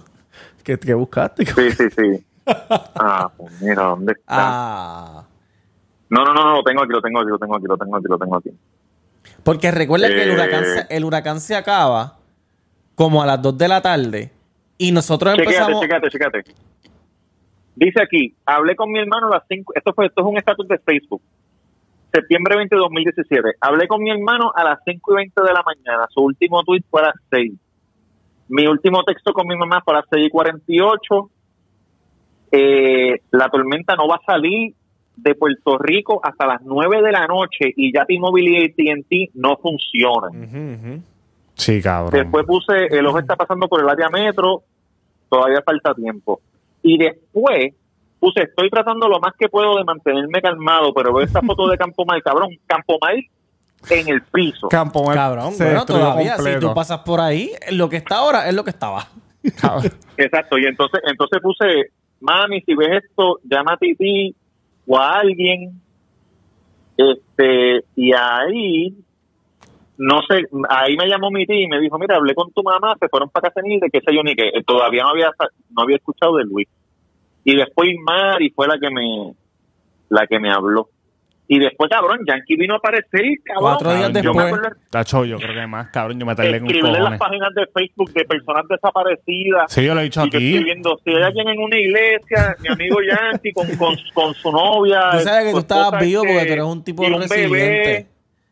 ¿Qué, qué buscaste? Sí, sí, sí. Ah, pues mira, ¿dónde está? Ah. No, no, no, no, lo tengo aquí, lo tengo aquí, lo tengo aquí, lo tengo aquí, lo tengo aquí. Porque recuerda que el Eh. huracán, se, el huracán se acaba como a las 2 de la tarde y nosotros Checate, empezamos... checate, checate. Dice aquí, hablé con mi hermano a las 5, esto, fue, esto es un estatus de Facebook, septiembre 20 de 2017, hablé con mi hermano a las 5 y 20 de la mañana, su último tweet fue a las 6, mi último texto con mi mamá fue a las 6 y 48, Eh, la tormenta no va a salir de Puerto Rico hasta las 9 de la noche y ya T-Mobile y AT&T no funcionan. Ujú, ujú. Sí, cabrón. Después puse, el ojo está pasando por el área metro, todavía falta tiempo. Y después puse, estoy tratando lo más que puedo de mantenerme calmado, pero veo esta foto de Campomal, cabrón, Campomal en el piso. Campo Mar- Cabrón, se bueno, destruyó todavía si completo. tú pasas por ahí, lo que está ahora es lo que estaba. Cabrón. Exacto, y entonces, entonces puse, mami, si ves esto, llama a Titi o a alguien. Este, y ahí, no sé, ahí me llamó mi tía y me dijo, mira, hablé con tu mamá, se fueron para Casenilde, que sé yo ni qué, Eh, todavía no había, sa- no había escuchado de Luis. Y después Mari fue la que me, la que me habló. Y después, cabrón, Yankee vino a aparecer, cabrón. Cuatro días Yo me después. acuerdo Tacho, yo creo que más, cabrón. Yo me tardé con escribirle en las cojones. páginas de Facebook de personas desaparecidas. Sí, yo lo he dicho Y yo estoy aquí. viendo, si hay alguien en una iglesia, mi amigo Yankee con, con, con su novia. Tú sabes que tú su estabas esposa, vivo este, porque tú eres un tipo y resiliente. bebé,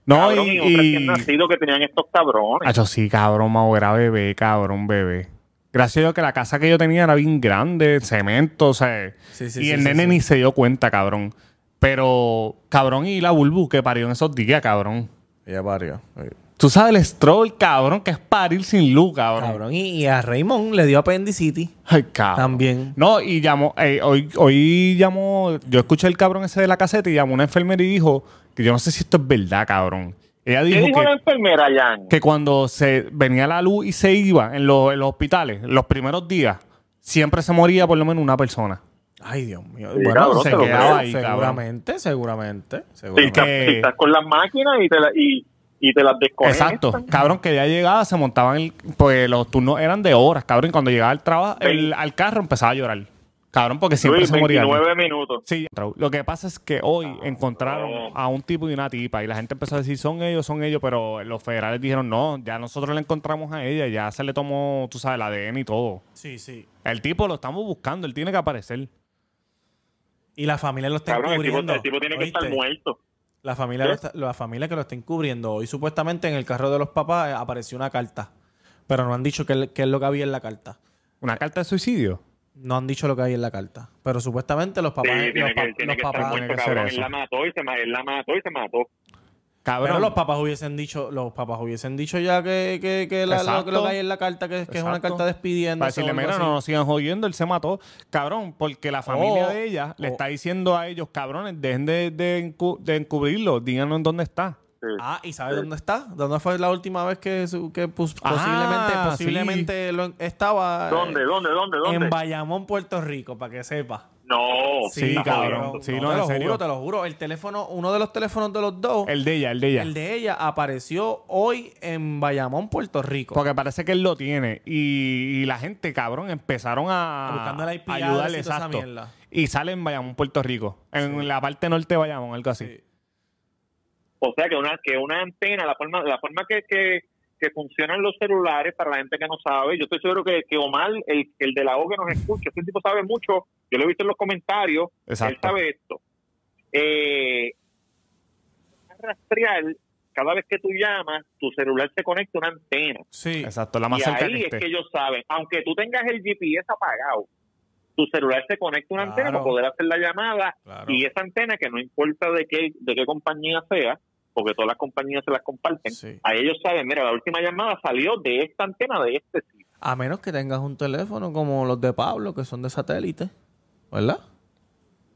No, cabrón, y, un recién y. y... nacido que tenían estos cabrones. Hacho, sí, cabrón, Mau, era bebé, cabrón, bebé. Gracias a Dios que la casa que yo tenía era bien grande, cemento, o sea. Sí, sí, y sí, el sí, nene sí. ni se dio cuenta, cabrón. Pero, cabrón, y la Bulbu que parió en esos días, cabrón. Ella parió. Ay. Tú sabes el stroll, cabrón, que es parir sin luz, cabrón. Cabrón, y, y a Raymond le dio apendicitis. Ay, cabrón. También. No, y llamó, eh, hoy, hoy llamó, yo escuché el cabrón ese de la caseta y llamó una enfermera y dijo, que yo no sé si esto es verdad, cabrón. Ella ¿Qué dijo dijo la que, enfermera, Yankee? que cuando se venía la luz y se iba en, los- en los hospitales, los primeros días, siempre se moría por lo menos una persona. Ay, Dios mío. Sí, cabrón, se te lo quedaba creo. ahí, cabrón. seguramente, seguramente, Si, seguramente. estás, que- si estás con las máquinas y te, la, y, y te las desconectan. Exacto. Cabrón, que ya llegaba, se montaban, el, pues los turnos eran de horas, cabrón. Y cuando llegaba al trabajo, el- al carro empezaba a llorar. Cabrón, porque siempre Luis, se moría. alguien. 29 minutos. Sí, lo que pasa es que hoy encontraron no. a un tipo y una tipa y la gente empezó a decir son ellos, son ellos, pero los federales dijeron no, ya nosotros la encontramos a ella, ya se le tomó, tú sabes, el ADN y todo. Sí, sí. El tipo lo estamos buscando, él tiene que aparecer. Y la familia lo está Cabrón, el tipo, encubriendo, el tipo tiene que estar ¿oíste? muerto. La familia, ¿Qué? lo está- la familia que lo está encubriendo. Hoy supuestamente en el carro de los papás eh, apareció una carta. Pero no han dicho qué, qué es lo que había en la carta. Una carta de suicidio. No han dicho lo que hay en la carta. Pero supuestamente los papás. Sí, los, tiene pa- que, tiene los que estar papás. tiene muerto, que ser cabrón. eso. Él la mató y se, ma- él la mató y se mató. Pero Cabrón. los papás hubiesen dicho, los papás hubiesen dicho ya que, que, que la- lo, Exacto. lo que hay en la carta, que, que es una Exacto. carta despidiendo. Para decirle, mira, no nos sigan jodiendo, él se mató. Cabrón, porque la familia de ella le o- está diciendo a ellos, cabrones, dejen de, de encu- de encubrirlo, díganos en dónde está. Sí. Ah, ¿y sabes dónde está? ¿Dónde fue la última vez que, su- que pos- Ah, posiblemente, posiblemente lo en- estaba? eh, ¿Dónde, dónde, dónde, dónde? Oh, En Bayamón, Puerto Rico, para que sepa. No. Sí, está cabrón. jodiendo. Sí, te no, en lo serio. juro, te lo juro. El teléfono, uno de los teléfonos de los dos, el, El de ella, el de ella. de ella, apareció hoy en Bayamón, Puerto Rico. Porque parece que él lo tiene. Y, y la gente, cabrón, empezaron a, A buscarle la IP a ayudarle. address y toda esa Exacto. mierda. Y sale en Bayamón, Puerto Rico. En la parte norte de Bayamón, algo así. Sí. O sea que una, que una antena, la forma, la forma que, que, que funcionan los celulares para la gente que no sabe, yo estoy seguro que, que Omar, el, el de la O que nos escucha, ese tipo sabe mucho, yo lo he visto en los comentarios, Exacto. él sabe esto. Eh, rastrear, cada vez que tú llamas, tu celular se conecta a una antena. Sí. Exacto, la más y cerca ahí que es esté. que ellos saben, aunque tú tengas el GPS apagado, tu celular se conecta a una antena Claro. para poder hacer la llamada Claro. y esa antena que no importa de qué, de qué compañía sea, porque todas las compañías se las comparten, Sí. ahí ellos saben, mira, la última llamada salió de esta antena de este sitio. A menos que tengas un teléfono como los de Pablo, que son de satélite. ¿Verdad?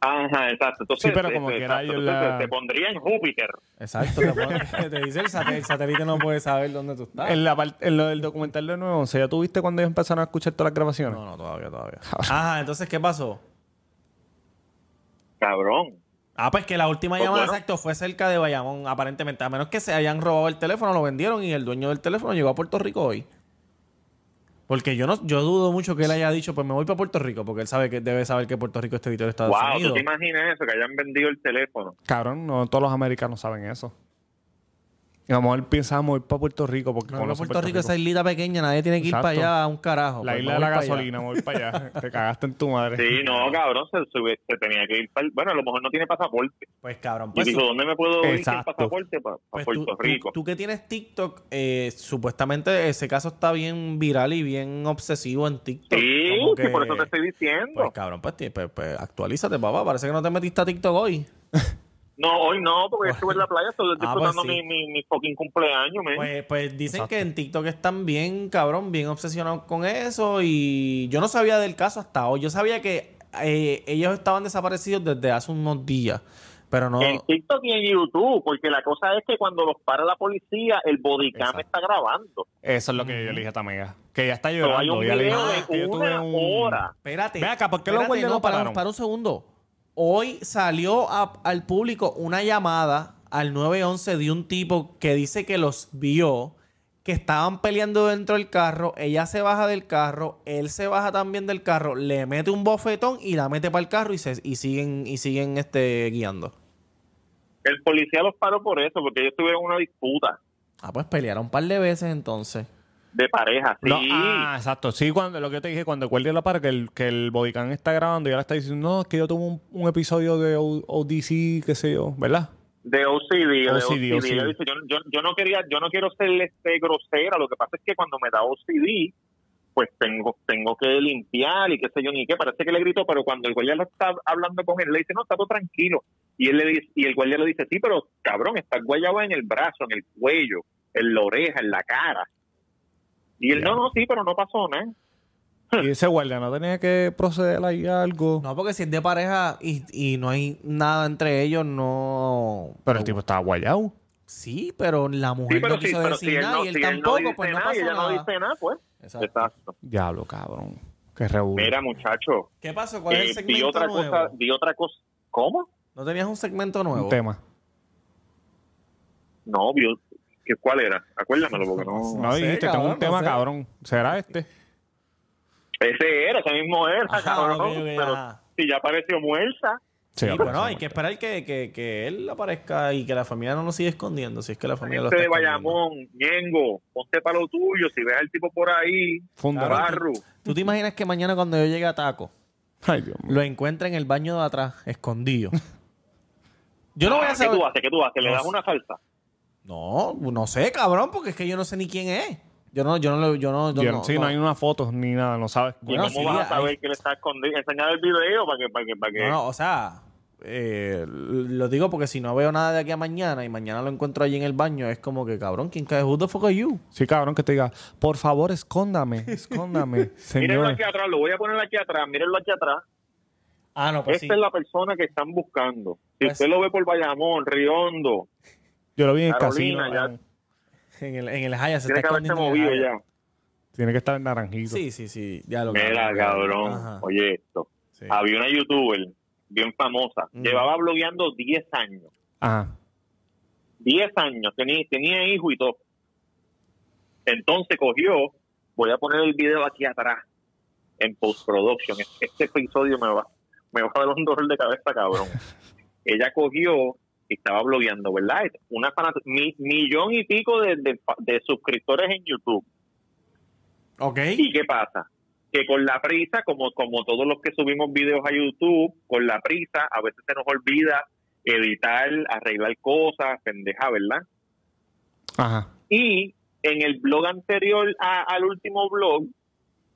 Ajá, exacto. Entonces, Sí, pero como este, quiera exacto. ellos Entonces, la- te pondría en Júpiter. Exacto. Te, pone- te dice el satélite. El satélite no puede saber dónde tú estás. En, la par- en lo del documental de 911, ¿ya tuviste cuando ellos empezaron a escuchar todas las grabaciones? No, no, todavía, todavía. Ajá, entonces, ¿qué pasó? Cabrón. Ah, pues que la última Pues llamada, bueno. exacto, fue cerca de Bayamón, aparentemente. A menos que se hayan robado el teléfono, lo vendieron y el dueño del teléfono llegó a Puerto Rico hoy. Porque yo no, yo dudo mucho que él haya dicho, pues me voy para Puerto Rico, porque él sabe que debe saber que Puerto Rico es territorio de Estados wow, ¿tú Unidos. te imaginas eso? Que hayan vendido el teléfono. Cabrón, no todos los americanos saben eso. Y a lo mejor pensamos ir para Puerto Rico porque No, conocen Puerto, Rico, esa islita pequeña, nadie tiene que ir Exacto. para allá a un carajo. La Pues, isla me de la voy para allá. gasolina, me voy para allá. Te cagaste en tu madre. Sí, no, cabrón, se, sube- se tenía que ir para... Bueno, a lo mejor no tiene pasaporte. Pues cabrón, Y pues, dijo, sí. ¿dónde me puedo ir sin Exacto. pasaporte? Para Pues, tú- Puerto tú- Rico. Tú, que tienes TikTok, eh, supuestamente ese caso está bien viral y bien obsesivo en TikTok. Sí, Como sí, que- por eso te estoy diciendo. Pues cabrón, pues, ti- pues, pues, actualízate, papá. Parece que no te metiste a TikTok hoy. no, hoy no, porque estuve en la playa, estoy Ah, disfrutando pues sí. mi, mi, mi fucking cumpleaños, man. Pues, pues dicen Exacto. que en TikTok están bien, cabrón, bien obsesionados con eso. Y yo no sabía del caso hasta hoy. Yo sabía que eh, ellos estaban desaparecidos desde hace unos días. Pero no. En TikTok y en YouTube, porque la cosa es que cuando los para la policía, el bodycam Exacto. está grabando. Eso es lo que yo le dije a tu amiga. Que ya está Pero llorando. hay un ya le dije, video "Ah, que de yo tuve una un- hora. Espérate. Ve acá, ¿por qué los Espérate, guardias no para, pararon? Para un segundo. Hoy salió a- al público una llamada al 911 de un tipo que dice que los vio, que estaban peleando dentro del carro, ella se baja del carro, él se baja también del carro, le mete un bofetón y la mete para el carro y, se, y siguen, y siguen este, guiando. El policía los paró por eso, porque ellos tuvieron una disputa Ah, pues pelearon un par de veces entonces. de pareja. Sí, No, ah, exacto. Sí, cuando lo que yo te dije, cuando el guardia la para, que el, que el bodycam está grabando y ahora está diciendo, no, es que yo tuve un, un episodio de O- ODC, qué sé yo, ¿verdad? de OCD, OCD. de OCD. Ella OCD. dice, Yo, yo- yo no quería, yo no quiero ser este, grosera, lo que pasa es que cuando me da OCD, pues tengo tengo que limpiar y qué sé yo ni qué, parece que le gritó, pero cuando el guardia lo está hablando con él, le dice, no, está todo tranquilo. Y él le dice, y el guardia le dice, sí, pero cabrón, está guayaba en el brazo, en el cuello, en la oreja, en la cara. Y él, Ya. no, no, sí, pero no pasó nada. Y ese guardia no tenía que proceder ahí a algo. No, porque si es de pareja y, y no hay nada entre ellos, no... Pero el tipo estaba guayado. Sí, pero la mujer Sí, pero, no sí, quiso pero decir si él nada no, y él si él no tampoco, dice pues no nada, y pasó ella nada. no dice nada, pues. Exacto. Exacto. Diablo, cabrón. Qué rebudo. Mira, muchacho, ¿Qué pasó? ¿Cuál es el eh, vi segmento otra nuevo? cosa, vi otra cosa. ¿Cómo? ¿No tenías un segmento un nuevo? tema. No, vio. ¿qué- ¿Cuál era? Acuérdamelo, porque no. No, sé, dijiste, tengo cabrón, un tema, no sé. cabrón. ¿Será este? Ese era, ese mismo era, Ajá, cabrón. Ah, ok, ok, pero ajá. si ya apareció muerta. Sí, Y bueno, hay aparentemente. que esperar que, que, que él aparezca y que la familia no lo siga escondiendo, si es que la familia lo Gente está de escondiendo. Bayamón, Ñengo, ponte para lo tuyo. Si ves al tipo por ahí, Funda. Barru. ¿Tú te imaginas que mañana cuando yo llegue a Taco, Ay, Dios mío. lo encuentre en el baño de atrás, escondido? yo no voy a Ah, ¿Qué saber... tú haces? ¿Qué tú haces? ¿Le No das sé. una salsa? No, no sé, cabrón, porque es que yo no sé ni quién es. Yo no, yo no, lo- yo no, yo Yo- no- sí, no. no. hay una foto ni nada, no sabes. ¿Y Bueno, cómo sí, vas a ahí- saber que le está escondido? Enseñar el video para que, para que, para que. No, no, o sea, eh, lo digo porque si no veo nada de aquí a mañana y mañana lo encuentro allí en el baño, es como que cabrón, ¿quién cae? Who the fuck are you? Sí, cabrón, que te diga, por favor, escóndame, escóndame, Mírenlo señor. aquí atrás, lo voy a poner aquí atrás, mírenlo aquí atrás. Ah, no, Esta Este es la persona que están buscando. Si Pues- usted lo ve por Bayamón, Riondo, Yo lo vi en el Carolina, casino. ya- cabrón. En el, en el Haya se tiene que está haberse escondiendo en el movido Haya. ya. Tiene que estar en naranjito. Sí, sí, sí. Ya lo Mira, cabrón, Ajá, oye esto. sí. Había una youtuber bien famosa, llevaba blogueando 10 años. Ajá. 10 años, tenía, tenía hijo y todo. Entonces cogió, voy a poner el video aquí atrás, en postproduction. Este episodio me va, me va a dar un dolor de cabeza, cabrón. Ella cogió y estaba blogueando, ¿verdad? Una fanat- mi- millón y pico de, de fa- de suscriptores en YouTube. Ok. ¿Y qué pasa? Que con la prisa, como, como todos los que subimos videos a YouTube, con la prisa a veces se nos olvida editar, arreglar cosas, pendeja, ¿verdad? Ajá. Y en el blog anterior a- al último blog,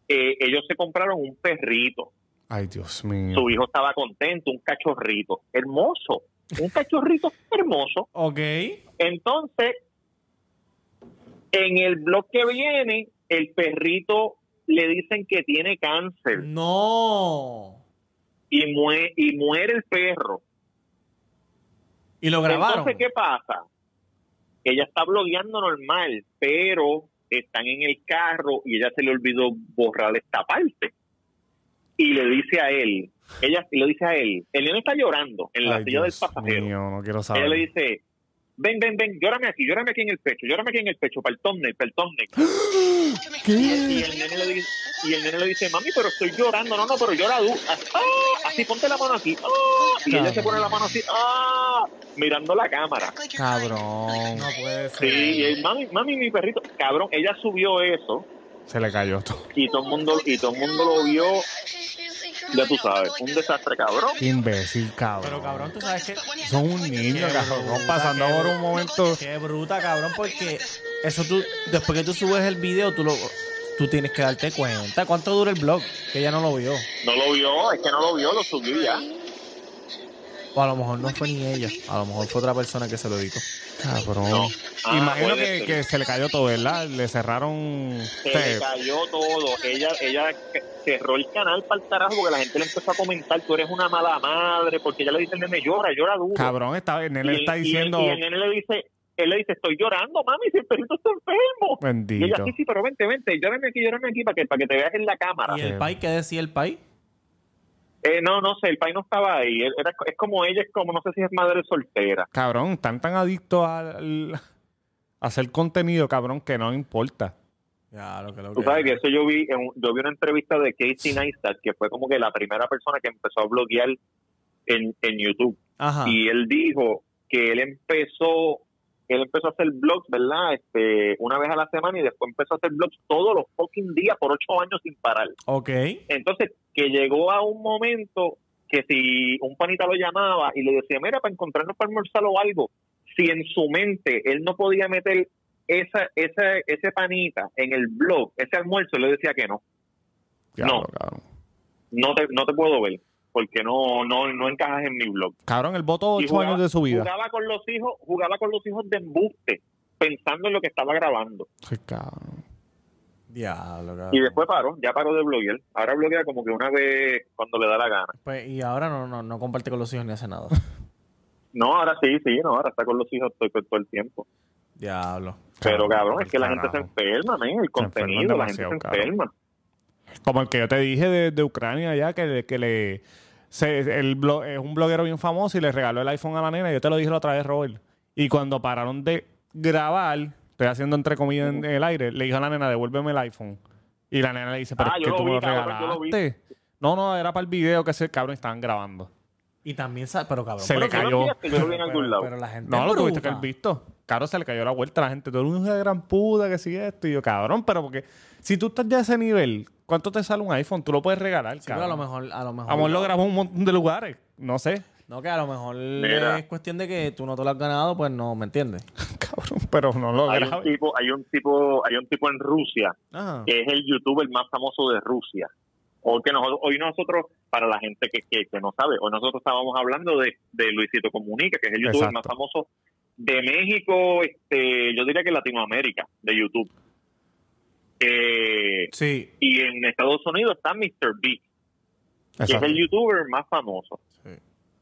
eh, ellos se compraron un perrito. Ay, Dios mío. Su hijo estaba contento, un cachorrito hermoso, un cachorrito hermoso. Ok. Entonces, en el blog que viene, el perrito le dicen que tiene cáncer No. y, mue- y muere el perro. Y lo grabaron. Entonces, ¿qué pasa? Ella está blogueando normal, pero están en el carro y ella se le olvidó borrar esta parte. Y le dice a él, ella y le dice a él, el niño está llorando en la Ay, silla Dios del pasajero. mío, no quiero Ella saber. le dice, ven, ven, ven, llórame aquí, llórame aquí en el pecho, llórame aquí en el pecho, para el thumbnail, para el thumbnail. Y el nene le dice, y el nene le dice, mami, pero estoy llorando. No, no, pero llora tú. Ah, así ponte la mano aquí. Ah, y ella se pone la mano así, ah, mirando la cámara. Cabrón. No puede Sí, y el, mami, mami, mi perrito. Cabrón, ella subió eso Se le cayó todo. y todo el mundo, y todo el mundo lo vio. Ya tú sabes, un desastre, cabrón. Qué imbécil, cabrón. Pero cabrón, tú sabes que Son un niño, Qué cabrón. bruta, Pasando qué por bruta. un momento. Qué bruta, cabrón, porque eso tú, después que tú subes el video, tú lo, tú tienes que darte cuenta. ¿Cuánto dura el blog? Que ella no lo vio. No lo vio, es que no lo vio, lo subió y ya. O a lo mejor no fue ni ella. A lo mejor fue otra persona que se lo editó. Cabrón. No. Ah, Imagino puede que, ser. que se le cayó todo, ¿verdad? Le cerraron. Se le cayó todo. Ella, ella cerró el canal para el carajo porque la gente le empezó a comentar, tú eres una mala madre, porque ella le dice, nene, llora, llora duro. Cabrón, está, en él Y- está y- diciendo. Y, el nene le dice, él le dice, estoy llorando, mami, si el perrito está enfermo. Y ella, Bendito. sí, sí, pero vente, vente, llórame aquí, llórame aquí para que, para que te veas en la cámara. ¿Y el Sí. país? ¿Qué decía el país? Eh, no, no sé, el país no estaba ahí. Él era- es como ella, es como, no sé si es madre soltera. Cabrón, están tan adictos al, a hacer contenido, cabrón, que no importa. Ya, lo que lo Tú sabes que eso yo vi, en, un- yo vi una entrevista de Casey Neistat, que fue como que la primera persona que empezó a bloguear en, en YouTube. Ah. Ajá. Y él dijo que él empezó, él empezó a hacer blogs, ¿verdad? Este, una vez a la semana y después empezó a hacer blogs todos los fucking días por ocho años sin parar. Ok. Entonces, que llegó a un momento que si un panita lo llamaba y le decía, mira, para encontrarnos para almorzar o algo, si en su mente él no podía meter esa, esa, ese panita en el blog, ese almuerzo, él le decía que no, Diablo, No. cabrón. no te, no te puedo ver, porque no, no, no encajas en mi blog. Cabrón, él votó Y ocho años de su vida. jugaba con los hijos, jugaba con los hijos de embuste, pensando en lo que estaba grabando. Sí, cabrón. Diablo, cabrón. Y después paró, ya paró de bloguear. Ahora bloguea como que una vez cuando le da la gana. Pues, y ahora no, no, no comparte con los hijos ni hace nada. No, ahora sí, sí, no, ahora está con los hijos todo- todo el tiempo. Diablo. Pero cabrón, es que la Carajo. gente se enferma, men, el contenido, enferman la gente se demasiado, cabrón. enferma. Como el que yo te dije de, de Ucrania ya, que, le- que le... se- el blo- es un bloguero bien famoso y le regaló el iPhone a la nena. Yo te lo dije la otra vez, Robert. Y cuando pararon de grabar, estoy haciendo entre comillas en, el aire, le dijo a la nena, devuélveme el iPhone. Y la nena le dice, pero Ah, es yo que lo tú vi, me lo cabrón, yo lo vi. regalaste. No, no, era para el video que ese cabrón estaban grabando. Y también, sa- pero cabrón. Se pero- le tú lo cayó. enviaste, Yo lo vi en pero- algún lado. pero la gente. No, es lo tuviste que bruta. haber visto. Claro, se le cayó la vuelta a la gente. Todo el mundo es una gran puta, que si esto. Y yo, cabrón, pero porque si tú estás ya a ese nivel, ¿cuánto te sale un iPhone? Tú lo puedes regalar, Sí, pero cabrón. a lo mejor. A lo mejor. Amor lo grabó en un montón de lugares. No sé. No, que a lo mejor Mira. es cuestión de que tú no te lo has ganado, pues no, ¿me entiendes? cabrón. pero no lo Hay un grabé. tipo, hay un tipo, hay un tipo en Rusia Ajá. que es el youtuber más famoso de Rusia. Hoy, que nosotros, hoy nosotros, para la gente que, que, que no sabe, hoy nosotros estábamos hablando de, de Luisito Comunica, que es el youtuber Exacto. más famoso de México, este, yo diría que Latinoamérica, de YouTube. Eh, Sí. y en Estados Unidos está Mr. Beast, que es Exacto. el youtuber más famoso. Sí.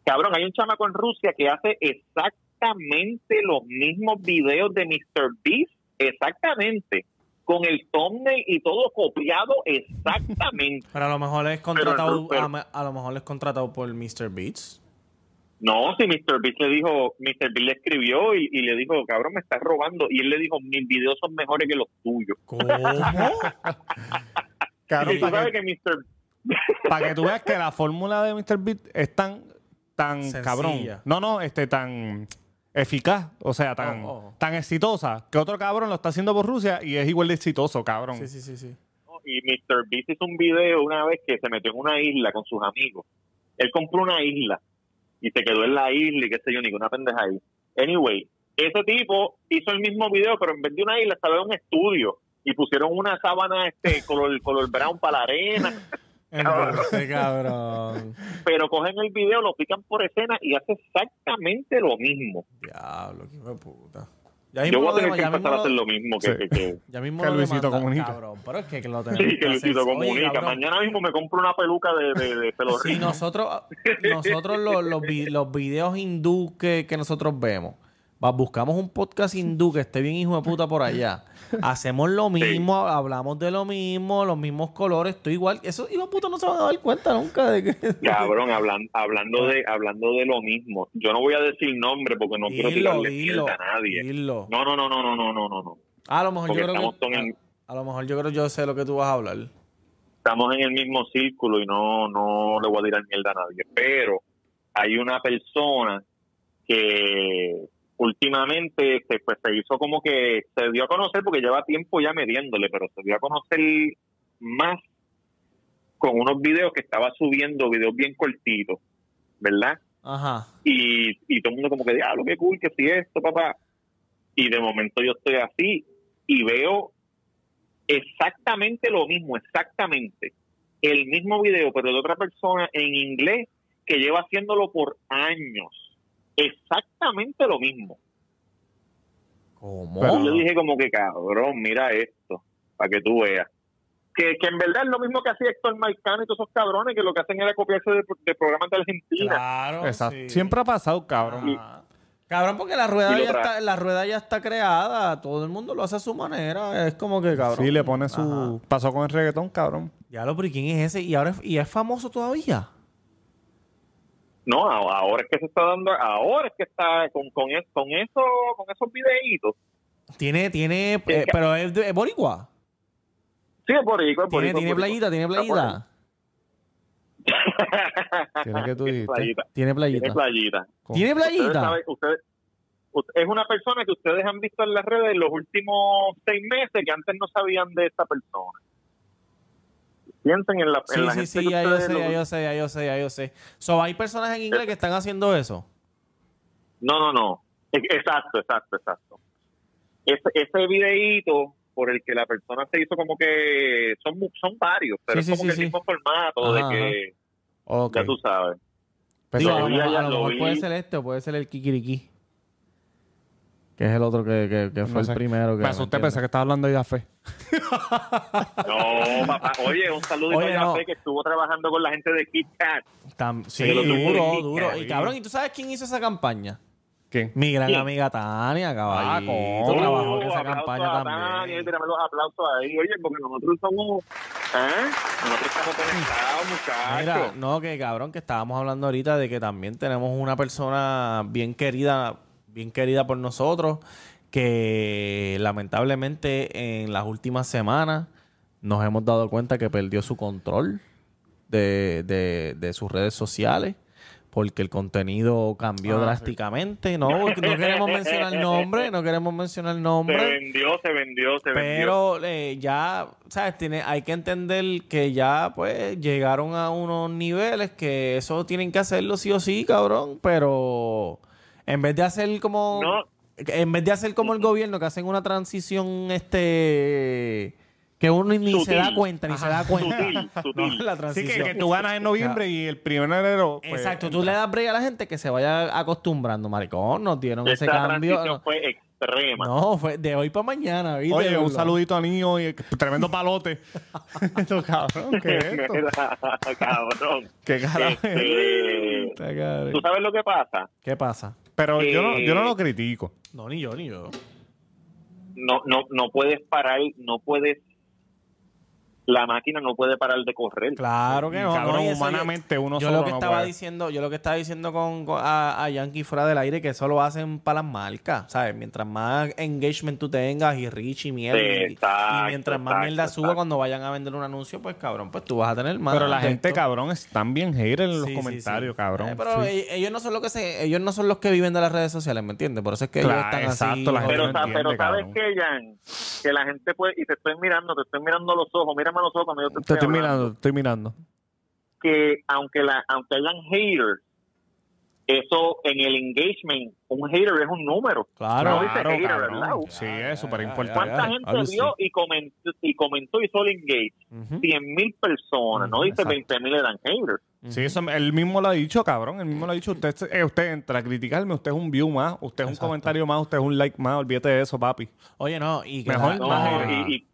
Cabrón, hay un chamaco en Rusia que hace exactamente los mismos videos de Mr. Beast, exactamente, con el thumbnail y todo copiado exactamente. Pero a lo mejor es contratado, pero- a me- a, lo mejor es contratado por Mr. Beats. no, si Mr. Beast le dijo, Mr. Beast le escribió y, y le dijo, cabrón, me estás robando. Y él le dijo, mis videos son mejores que los tuyos. ¿Cómo? Claro, y tú para sabes que, que Mr. para que tú veas que la fórmula de Mr. Beat es tan, tan Sencilla. cabrón. No, no, este, tan eficaz, o sea, tan, Oh, oh. tan exitosa, que otro cabrón lo está haciendo por Rusia y es igual de exitoso, cabrón. sí, sí, sí, sí. y Mr. Beast hizo un video una vez que se metió en una isla con sus amigos. Él compró una isla y se quedó en la isla y qué sé yo, ninguna pendeja ahí. Anyway, ese tipo hizo el mismo video, pero en vez de una isla estaba en un estudio y pusieron una sábana este color, color brown para la arena, Entonces, cabrón. pero cogen el video, lo pican por escena y hace exactamente lo mismo. Diablo, qué hijo de puta. Ya mismo Yo voy lo a tener dema- que ya empezar mismo a lo- hacer lo mismo que, Sí. que, que- Ya mismo Que lo Luisito demanda, comunica. Cabrón, pero es que lo tenemos sí, que hacer. Luisito Oye, comunica. cabrón, Mañana mismo me compro una peluca de, de, de pelo Si rico. nosotros, nosotros los, los vi- los videos hindú que, que nosotros vemos, va, buscamos un podcast hindú que esté bien hijo de puta por allá. Hacemos lo mismo, hablamos de lo mismo, los mismos colores, estoy igual. Eso hijo de puta no se van a dar cuenta nunca de que. Cabrón, hablan- hablando de hablando de lo mismo. Yo no voy a decir nombre porque no quiero Dilo, tirarle dilo, mierda a nadie. dilo. No, no, no, no, no, no, no, no, no. Ah, A lo mejor Porque yo creo estamos que. con el- A, a lo mejor yo creo yo sé lo que tú vas a hablar. Estamos en el mismo círculo y no no le voy a tirar mierda a nadie, pero hay una persona que últimamente se, pues, se hizo como que se dio a conocer porque lleva tiempo ya mediéndole, pero se dio a conocer más con unos videos que estaba subiendo, videos bien cortitos, ¿verdad? Ajá. y, y todo el mundo como que diablo qué cool que si esto papá y de momento yo estoy así y veo exactamente lo mismo exactamente el mismo video pero de otra persona en inglés que lleva haciéndolo por años exactamente lo mismo ¿Cómo? Pero- yo dije como que cabrón mira esto para que tú veas que, que en verdad es lo mismo que hacía Héctor Marcano y todos esos cabrones que lo que hacen era copiarse de, de programas de Argentina Claro. Exacto. sí. Siempre ha pasado, cabrón. Ah. Ajá. Cabrón, porque la rueda, Y ya lo tra- está, la rueda ya está creada. Todo el mundo lo hace a su manera. Es como que, cabrón. Sí, le pone su. Ajá. Pasó con el reggaetón, cabrón. Ya lo, pero ¿y ¿quién es ese? Y ahora es, y es famoso todavía. No, a- ahora es que se está dando, ahora es que está con, con, es- con, eso, con esos videitos. Tiene, tiene. eh, ca- pero es, de- es boricua. Sí, es boricua, Tiene, es boricua, tiene es boricua. playita, tiene playita. Tiene que tú Tiene dijiste. playita, Tiene tiene playita. playita. Tiene Ustedes playita. saben- ustedes- usted- es una persona que ustedes han visto en las redes en los últimos seis meses que antes no sabían de esta persona. Piensen en la, en Sí, la sí, gente sí, que ya yo ustedes sé, lo- ya yo sé, ya yo sé, ya yo sé. So, hay personas en inglés que están haciendo eso. No, no, no. E- Exacto, exacto, exacto. Ese, ese videíto por el que la persona se hizo como que son mu- son varios, Sí, pero es sí, como que sí, el sí. mismo formato Ajá, de que Ok. ya tú sabes. Pues, Digo, lo a lo, vi mejor- allá, a lo lo mejor vi. puede ser este o puede ser el Kikiriki. Que es el otro que, que- que no fue sé. el primero que. Me asusté, ¿me pensé que estaba hablando de Yafé. No, papá. Oye, un saludo Oye, a no. Yafé que estuvo trabajando con la gente de Kit Kat. entiendes? Tam- sí, que lo tuvo duro, en duro. Y Kikiriki. cabrón, ¿y tú sabes quién hizo esa campaña? ¿Quién? Mi gran ¿Quién? amiga Tania, caballito. Ah, ¿cómo? trabajó en esa Oh, Aplausos campaña a Tania, también. y tirame los aplausos ahí. Oye, porque nosotros somos. ¿eh? Nosotros estamos conectados, Mira, muchachos. no, que cabrón, que estábamos hablando ahorita de que también tenemos una persona bien querida, bien querida por nosotros, que lamentablemente en las últimas semanas nos hemos dado cuenta que perdió su control de, de- de sus redes sociales. Porque el contenido cambió drásticamente. No, no queremos mencionar nombre, no queremos mencionar nombre. se vendió, se vendió, se vendió. Pero eh, ya, ¿sabes? Tiene, hay que entender que ya, pues, llegaron a unos niveles que eso tienen que hacerlo sí o sí, cabrón. Pero en vez de hacer como. No. En vez de hacer como el gobierno, que hacen una transición, este. que uno ni Sutil. se da cuenta, ni se da cuenta. Sutil, sutil. No, la Así transición. que, que tú ganas en noviembre y el primero de enero. pues, Exacto, tú le das break a la gente que se vaya acostumbrando, maricón. Nos dieron ese Esta cambio. transición pues, fue extrema. No, fue de hoy para mañana. ¿viste? Oye, un Burlón. saludito a Nio y tremendo palote. Esto, cabrón, ¿qué es esto? Mira, cabrón. ¿Qué carajo es Este, esta, cabrón? ¿Tú sabes lo que pasa? ¿Qué pasa? Pero yo no, Eh, yo no lo critico. No, ni yo, ni yo. No, no, no puedes parar, no puedes. La máquina no puede parar de correr. Claro que Y, no. cabrón, no, y eso humanamente yo- uno yo solo lo que no estaba puede. diciendo, yo lo que estaba diciendo con, con- a, a Yankee fuera del aire que eso lo hacen para las marcas, ¿sabes? Mientras más engagement tú tengas y reach y mierda, y- y, Exacto, mientras más exacto, mierda suba exacto. cuando vayan a vender un anuncio, pues cabrón, pues tú vas a tener más. Pero la de gente, esto. cabrón, están bien haters en los Sí, sí, comentarios, sí. cabrón. Eh, pero Sí. e- ellos no son los que se, ellos no son los que viven de las redes sociales, ¿me entiendes? Por eso es que Claro, ellos están así. exacto, la gente pero, no sa- entiende, pero sabes cabrón. que, Jan, que la gente puede, y te estoy mirando, te estoy mirando los ojos, mírame a los ojos cuando yo te Te estoy, estoy hablando, mirando, te estoy mirando. que aunque la, aunque hayan haters, eso en el engagement, un hater es un número. Claro, No dice Claro, hater, cabrón. ¿verdad? Sí, es súper Ya, ¿Cuánta importante. ya, gente algo vio y comentó y comentó y solo engage? Ujú. 100 mil personas, no Ujú, dice exacto. 20 mil eran haters. Sí, eso, él mismo lo ha dicho, cabrón. Él mismo lo ha dicho. Usted, se- eh, usted entra a criticarme, usted es un view más, usted es un Exacto. comentario más, usted es un like más. Olvídate de eso, papi. Oye, no, y que Mejor la- No, más la- haters. y, y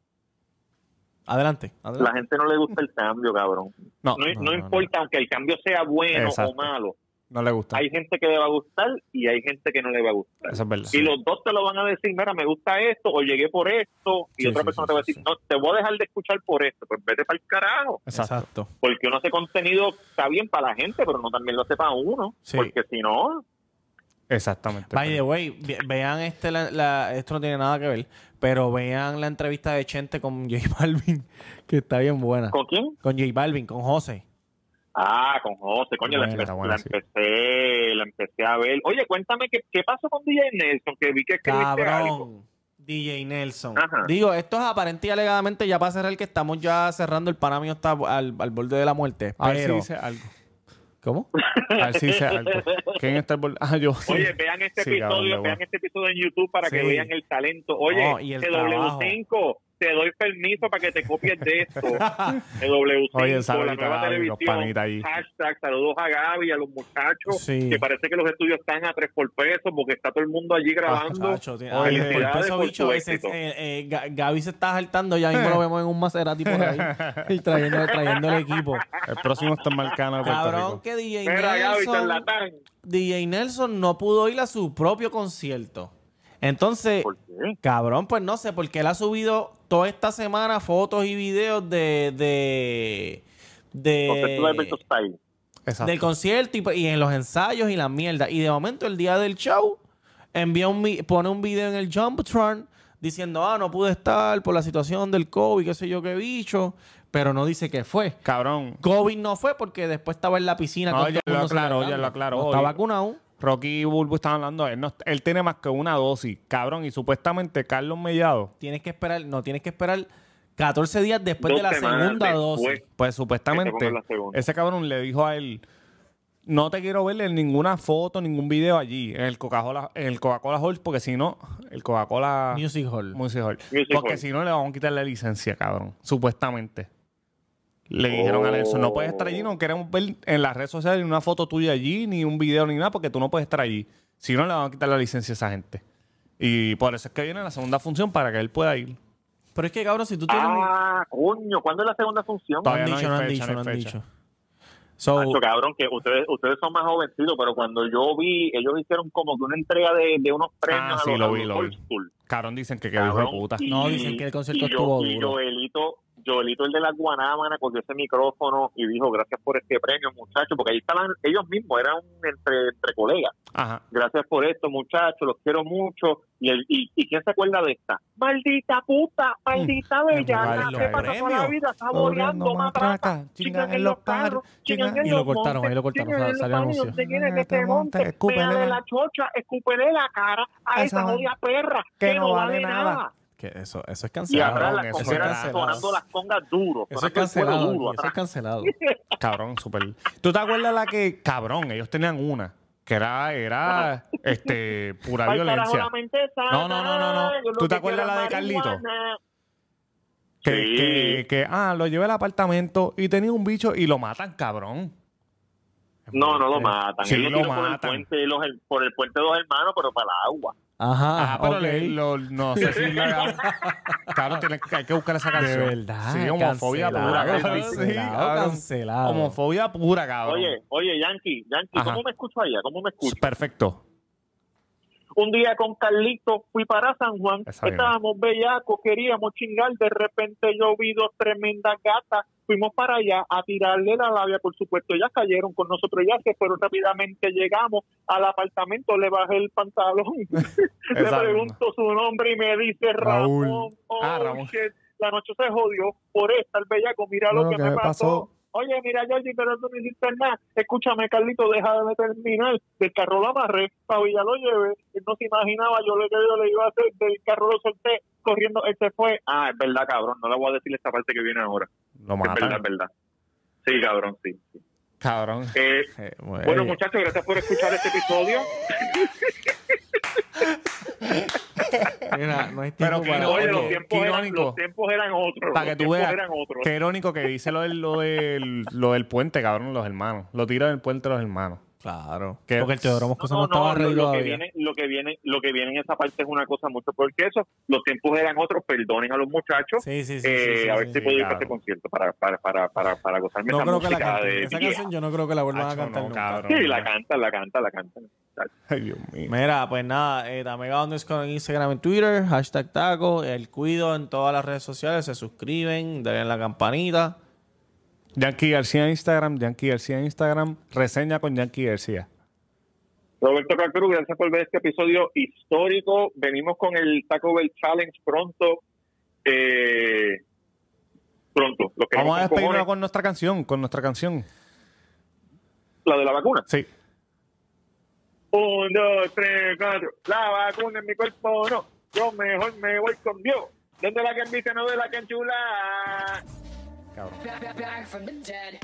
adelante, adelante. la gente no le gusta el cambio, cabrón. No, No, no, no no, importa, aunque el cambio sea bueno Exacto. o malo, no le gusta. hay gente que le va a gustar y hay gente que no le va a gustar. Eso es verdad. Y los dos te lo van a decir, mira, me gusta esto, o llegué por esto, y Sí, otra sí, persona sí, te va a sí, decir, no, te voy a dejar de escuchar por esto, pues vete para el carajo. Exacto. Exacto. Porque uno hace contenido, está bien para la gente, pero no también lo hace para uno. Sí. Porque si no, Exactamente. By the way, ve- vean este, la, la- esto no tiene nada que ver, pero vean la entrevista de Chente con J Balvin, que está bien buena. Con, ¿con quién? J Balvin, con José. Ah, con José, coño, Buena, la, empe- buena, la sí. empecé, la empecé a ver. Oye, cuéntame, ¿qué, qué pasó con DJ Nelson? Que vi que escribiste algo. Cabrón. DJ Nelson. Ajá. Digo, esto es aparente y alegadamente ya para cerrar que estamos ya cerrando. El panamio está al, al borde de la muerte. a ver si pero- dice algo. ¿Cómo? A ver si dice algo. ¿Quién está el bol- Ah, yo. Oye, vean este Sí, cabrón, episodio, de vean bueno. este episodio en YouTube para que Sí. vean el talento. Oye, No, y el el W5, te doy permiso para que te copies de esto. El W5, Oye, saludito la nueva a Gaby, los panitas allí. televisión. Hashtag, saludos a Gaby, a los muchachos, Sí. que parece que los estudios están a tres por peso porque está todo el mundo allí grabando. Ah, Chacho, tiene- Oye, Ay, por felicidades peso por bicho, tu ese- éxito. eh, eh, Ga- Gaby se está saltando, ya Eh. mismo lo vemos en un Maserati por ahí y trayendo, trayendo el equipo. El próximo está en Marcano de Puerto Cabrón, Rico. que DJ Mira, Gaby, Nelson, charlatán. DJ Nelson no pudo ir a su propio concierto. Entonces, ¿Por qué? cabrón, pues no sé, porque él ha subido toda esta semana fotos y videos de... de, Eh, Concepto de Alberto de Style. Exacto. del concierto y, pues, y en los ensayos y la mierda. Y de momento, el día del show, envía un, vi- pone un video en el Jumptron diciendo, ah, no pude estar por la situación del COVID, qué sé yo qué bicho, pero no dice qué fue. Cabrón. COVID no fue porque después estaba en la piscina. No, con ya todo lo el mundo aclaró, ya celebrando. lo aclaró. No está Oye. vacunado aún. Rocky y Bulbo estaban hablando. Él, no- él tiene más que una dosis, cabrón. Y supuestamente Carlos Mellado, Tienes que esperar, no, tienes que esperar 14 días después Dos de la semanas segunda después. dosis. pues Que te supuestamente pongan la segunda. ese cabrón le dijo a él, no te quiero ver en ninguna foto, ningún video allí, en el Coca-Cola, en el Coca-Cola Hall, porque si no, el Ah. Coca-Cola Music Hall. Music Hall. Music porque Hall. si no le vamos a quitar la licencia, cabrón. Supuestamente. Le Oh. dijeron a Nelson, no puedes estar allí, no queremos ver en las redes sociales ni una foto tuya allí, ni un video, ni nada, porque tú no puedes estar allí. Si no, le van a quitar la licencia a esa gente. Y por eso es que viene la segunda función para que él pueda ir. Pero es que, cabrón, si tú tienes... Ah, coño, ¿cuándo es la segunda función? no han todavía no hay dicho, no han fecha, dicho, no no hay han fecha. dicho. Ah, So, Macho, cabrón, que ustedes ustedes son más jovencitos, pero cuando yo vi, ellos hicieron como que una entrega de, de unos premios Ah, sí, a los, lo a vi, los lo old vi. school. Cabrón, dicen que qué hijo de Cabrón, puta. y- No, dicen que el concierto y yo- estuvo Y duro. Joelito, Joelito, el de la Guanábana, cogió ese micrófono y dijo, gracias por este premio, muchachos, porque ahí estaban ellos mismos, eran entre, entre colegas. Ajá. Gracias por esto, muchachos, los quiero mucho. Y, el, y, ¿y quién se acuerda de esta? Maldita puta, Mm. maldita bella, vale, que pasa premio. toda la vida saboreando Saboreando matraca, matraca, chingan chingan en en los los carros, carros, chingan chingan- en y lo los cortaron, montes, ahí lo cortaron, chingan en salió los el baños, anuncio. te quieren Ah, que te este monte, monte, escúpele pégale la- la chocha, escúpele la cara a a esa esa jodida perra, que no vale nada. que eso, eso es Y cancelado. atrás Cabrón, las eso es congeras cancelado. sonando las congas duro. Eso es sonando el fuego cancelado. duro Eso es atrás. cancelado. Cabrón, súper. ¿Tú te acuerdas la que, cabrón, ellos tenían una que era, era este, pura Pa'l carajo violencia. la menteza, No, no, no, no, no. yo lo ¿Tú te que acuerdas quiero la de es Carlito? marihuana. Que, Sí. que, que, ah, lo llevé al apartamento y tenía un bicho y lo matan, cabrón. No, no lo matan. Sí, Él lo, lo tiró por el matan. puente, los, her- por el puente de los hermanos, pero para el agua. Ajá, Ah, pero ok. le- lo- no sé si lo Claro, tiene, que- hay que buscar esa canción. verdad, Sí, homofobia pura. cancelado, cabrón. Sí, cancelado, cabrón. cancelado. Homofobia pura, cabrón. Oye, oye, Yankee, Yankee, Ajá. ¿cómo me escucho allá? ¿Cómo me escucho? Perfecto. Un día con Carlito fui para San Juan. Esa misma. Estábamos bellacos, queríamos chingar. De repente yo vi dos tremendas gatas. Fuimos para allá a tirarle la labia, por supuesto. Ellas cayeron con nosotros, ya se fueron rápidamente. Llegamos al apartamento, le bajé el pantalón. le Esa pregunto su nombre y me dice Raúl. Raúl. Oh, Ah, Ramón. shit. La noche se jodió por estar bellaco. Mira lo No, que, me pasó. Oye, mira, Jordi, pero tú no hiciste nada. Escúchame, Carlito, deja de terminar. Del carro lo amarré, para Villa lo llevé. Él no se imaginaba yo lo que yo le iba a hacer. Del carro lo solté, corriendo, él se fue. Ah, es verdad, cabrón. No le voy a decir esta parte que viene ahora. Lo Es verdad, matan. es verdad. Sí, cabrón, sí. sí. Cabrón. Eh, Eh, bueno, muchachos, gracias por escuchar este episodio. Mira, no hay Pero tiempo que para- no, Oye, los oye, tiempos, eran, irónico. los tiempos eran otros. Para que los tú tiempos veas. eran otros. Qué irónico que dice lo del, lo del, lo del puente, cabrón, los hermanos. Lo tira del puente los hermanos. Claro. ¿Qué? Porque el Teodoro Moscoso no, estaba lo, ready lo que todavía. viene, lo que viene, lo que viene en esa parte es una cosa mucho porque eso, los tiempos eran otros, perdonen a los muchachos. Sí, sí, sí, Eh, sí, sí, a ver sí. si puedo ir para claro. este concierto para, para, para, para, para gozarme No esa creo que la música canten. de Esa vieja. canción yo no creo que la vuelvan a Hacho, no, cantar nunca. cabrón. Sí, la canta, la canta, la canta. Ay, Dios mío. Mira, pues nada, eh, Tamega underscore en Instagram y Twitter, hashtag taco, el cuido en todas las redes sociales, se suscriben, denle la campanita. Yankee García en Instagram, Yankee García en Instagram, reseña con Yankee García. Roberto Cacruz, gracias por ver este episodio histórico. Venimos con el Taco Bell Challenge pronto. Eh, pronto. Lo que Vamos a despedirnos con nuestra canción, con nuestra canción. la de la vacuna. Sí. Un, dos, tres, cuatro. La vacuna en mi cuerpo no. Yo mejor me voy con Dios. Donde la que enviste no de la que enchula. Cabrón. Back, back, back from the dead.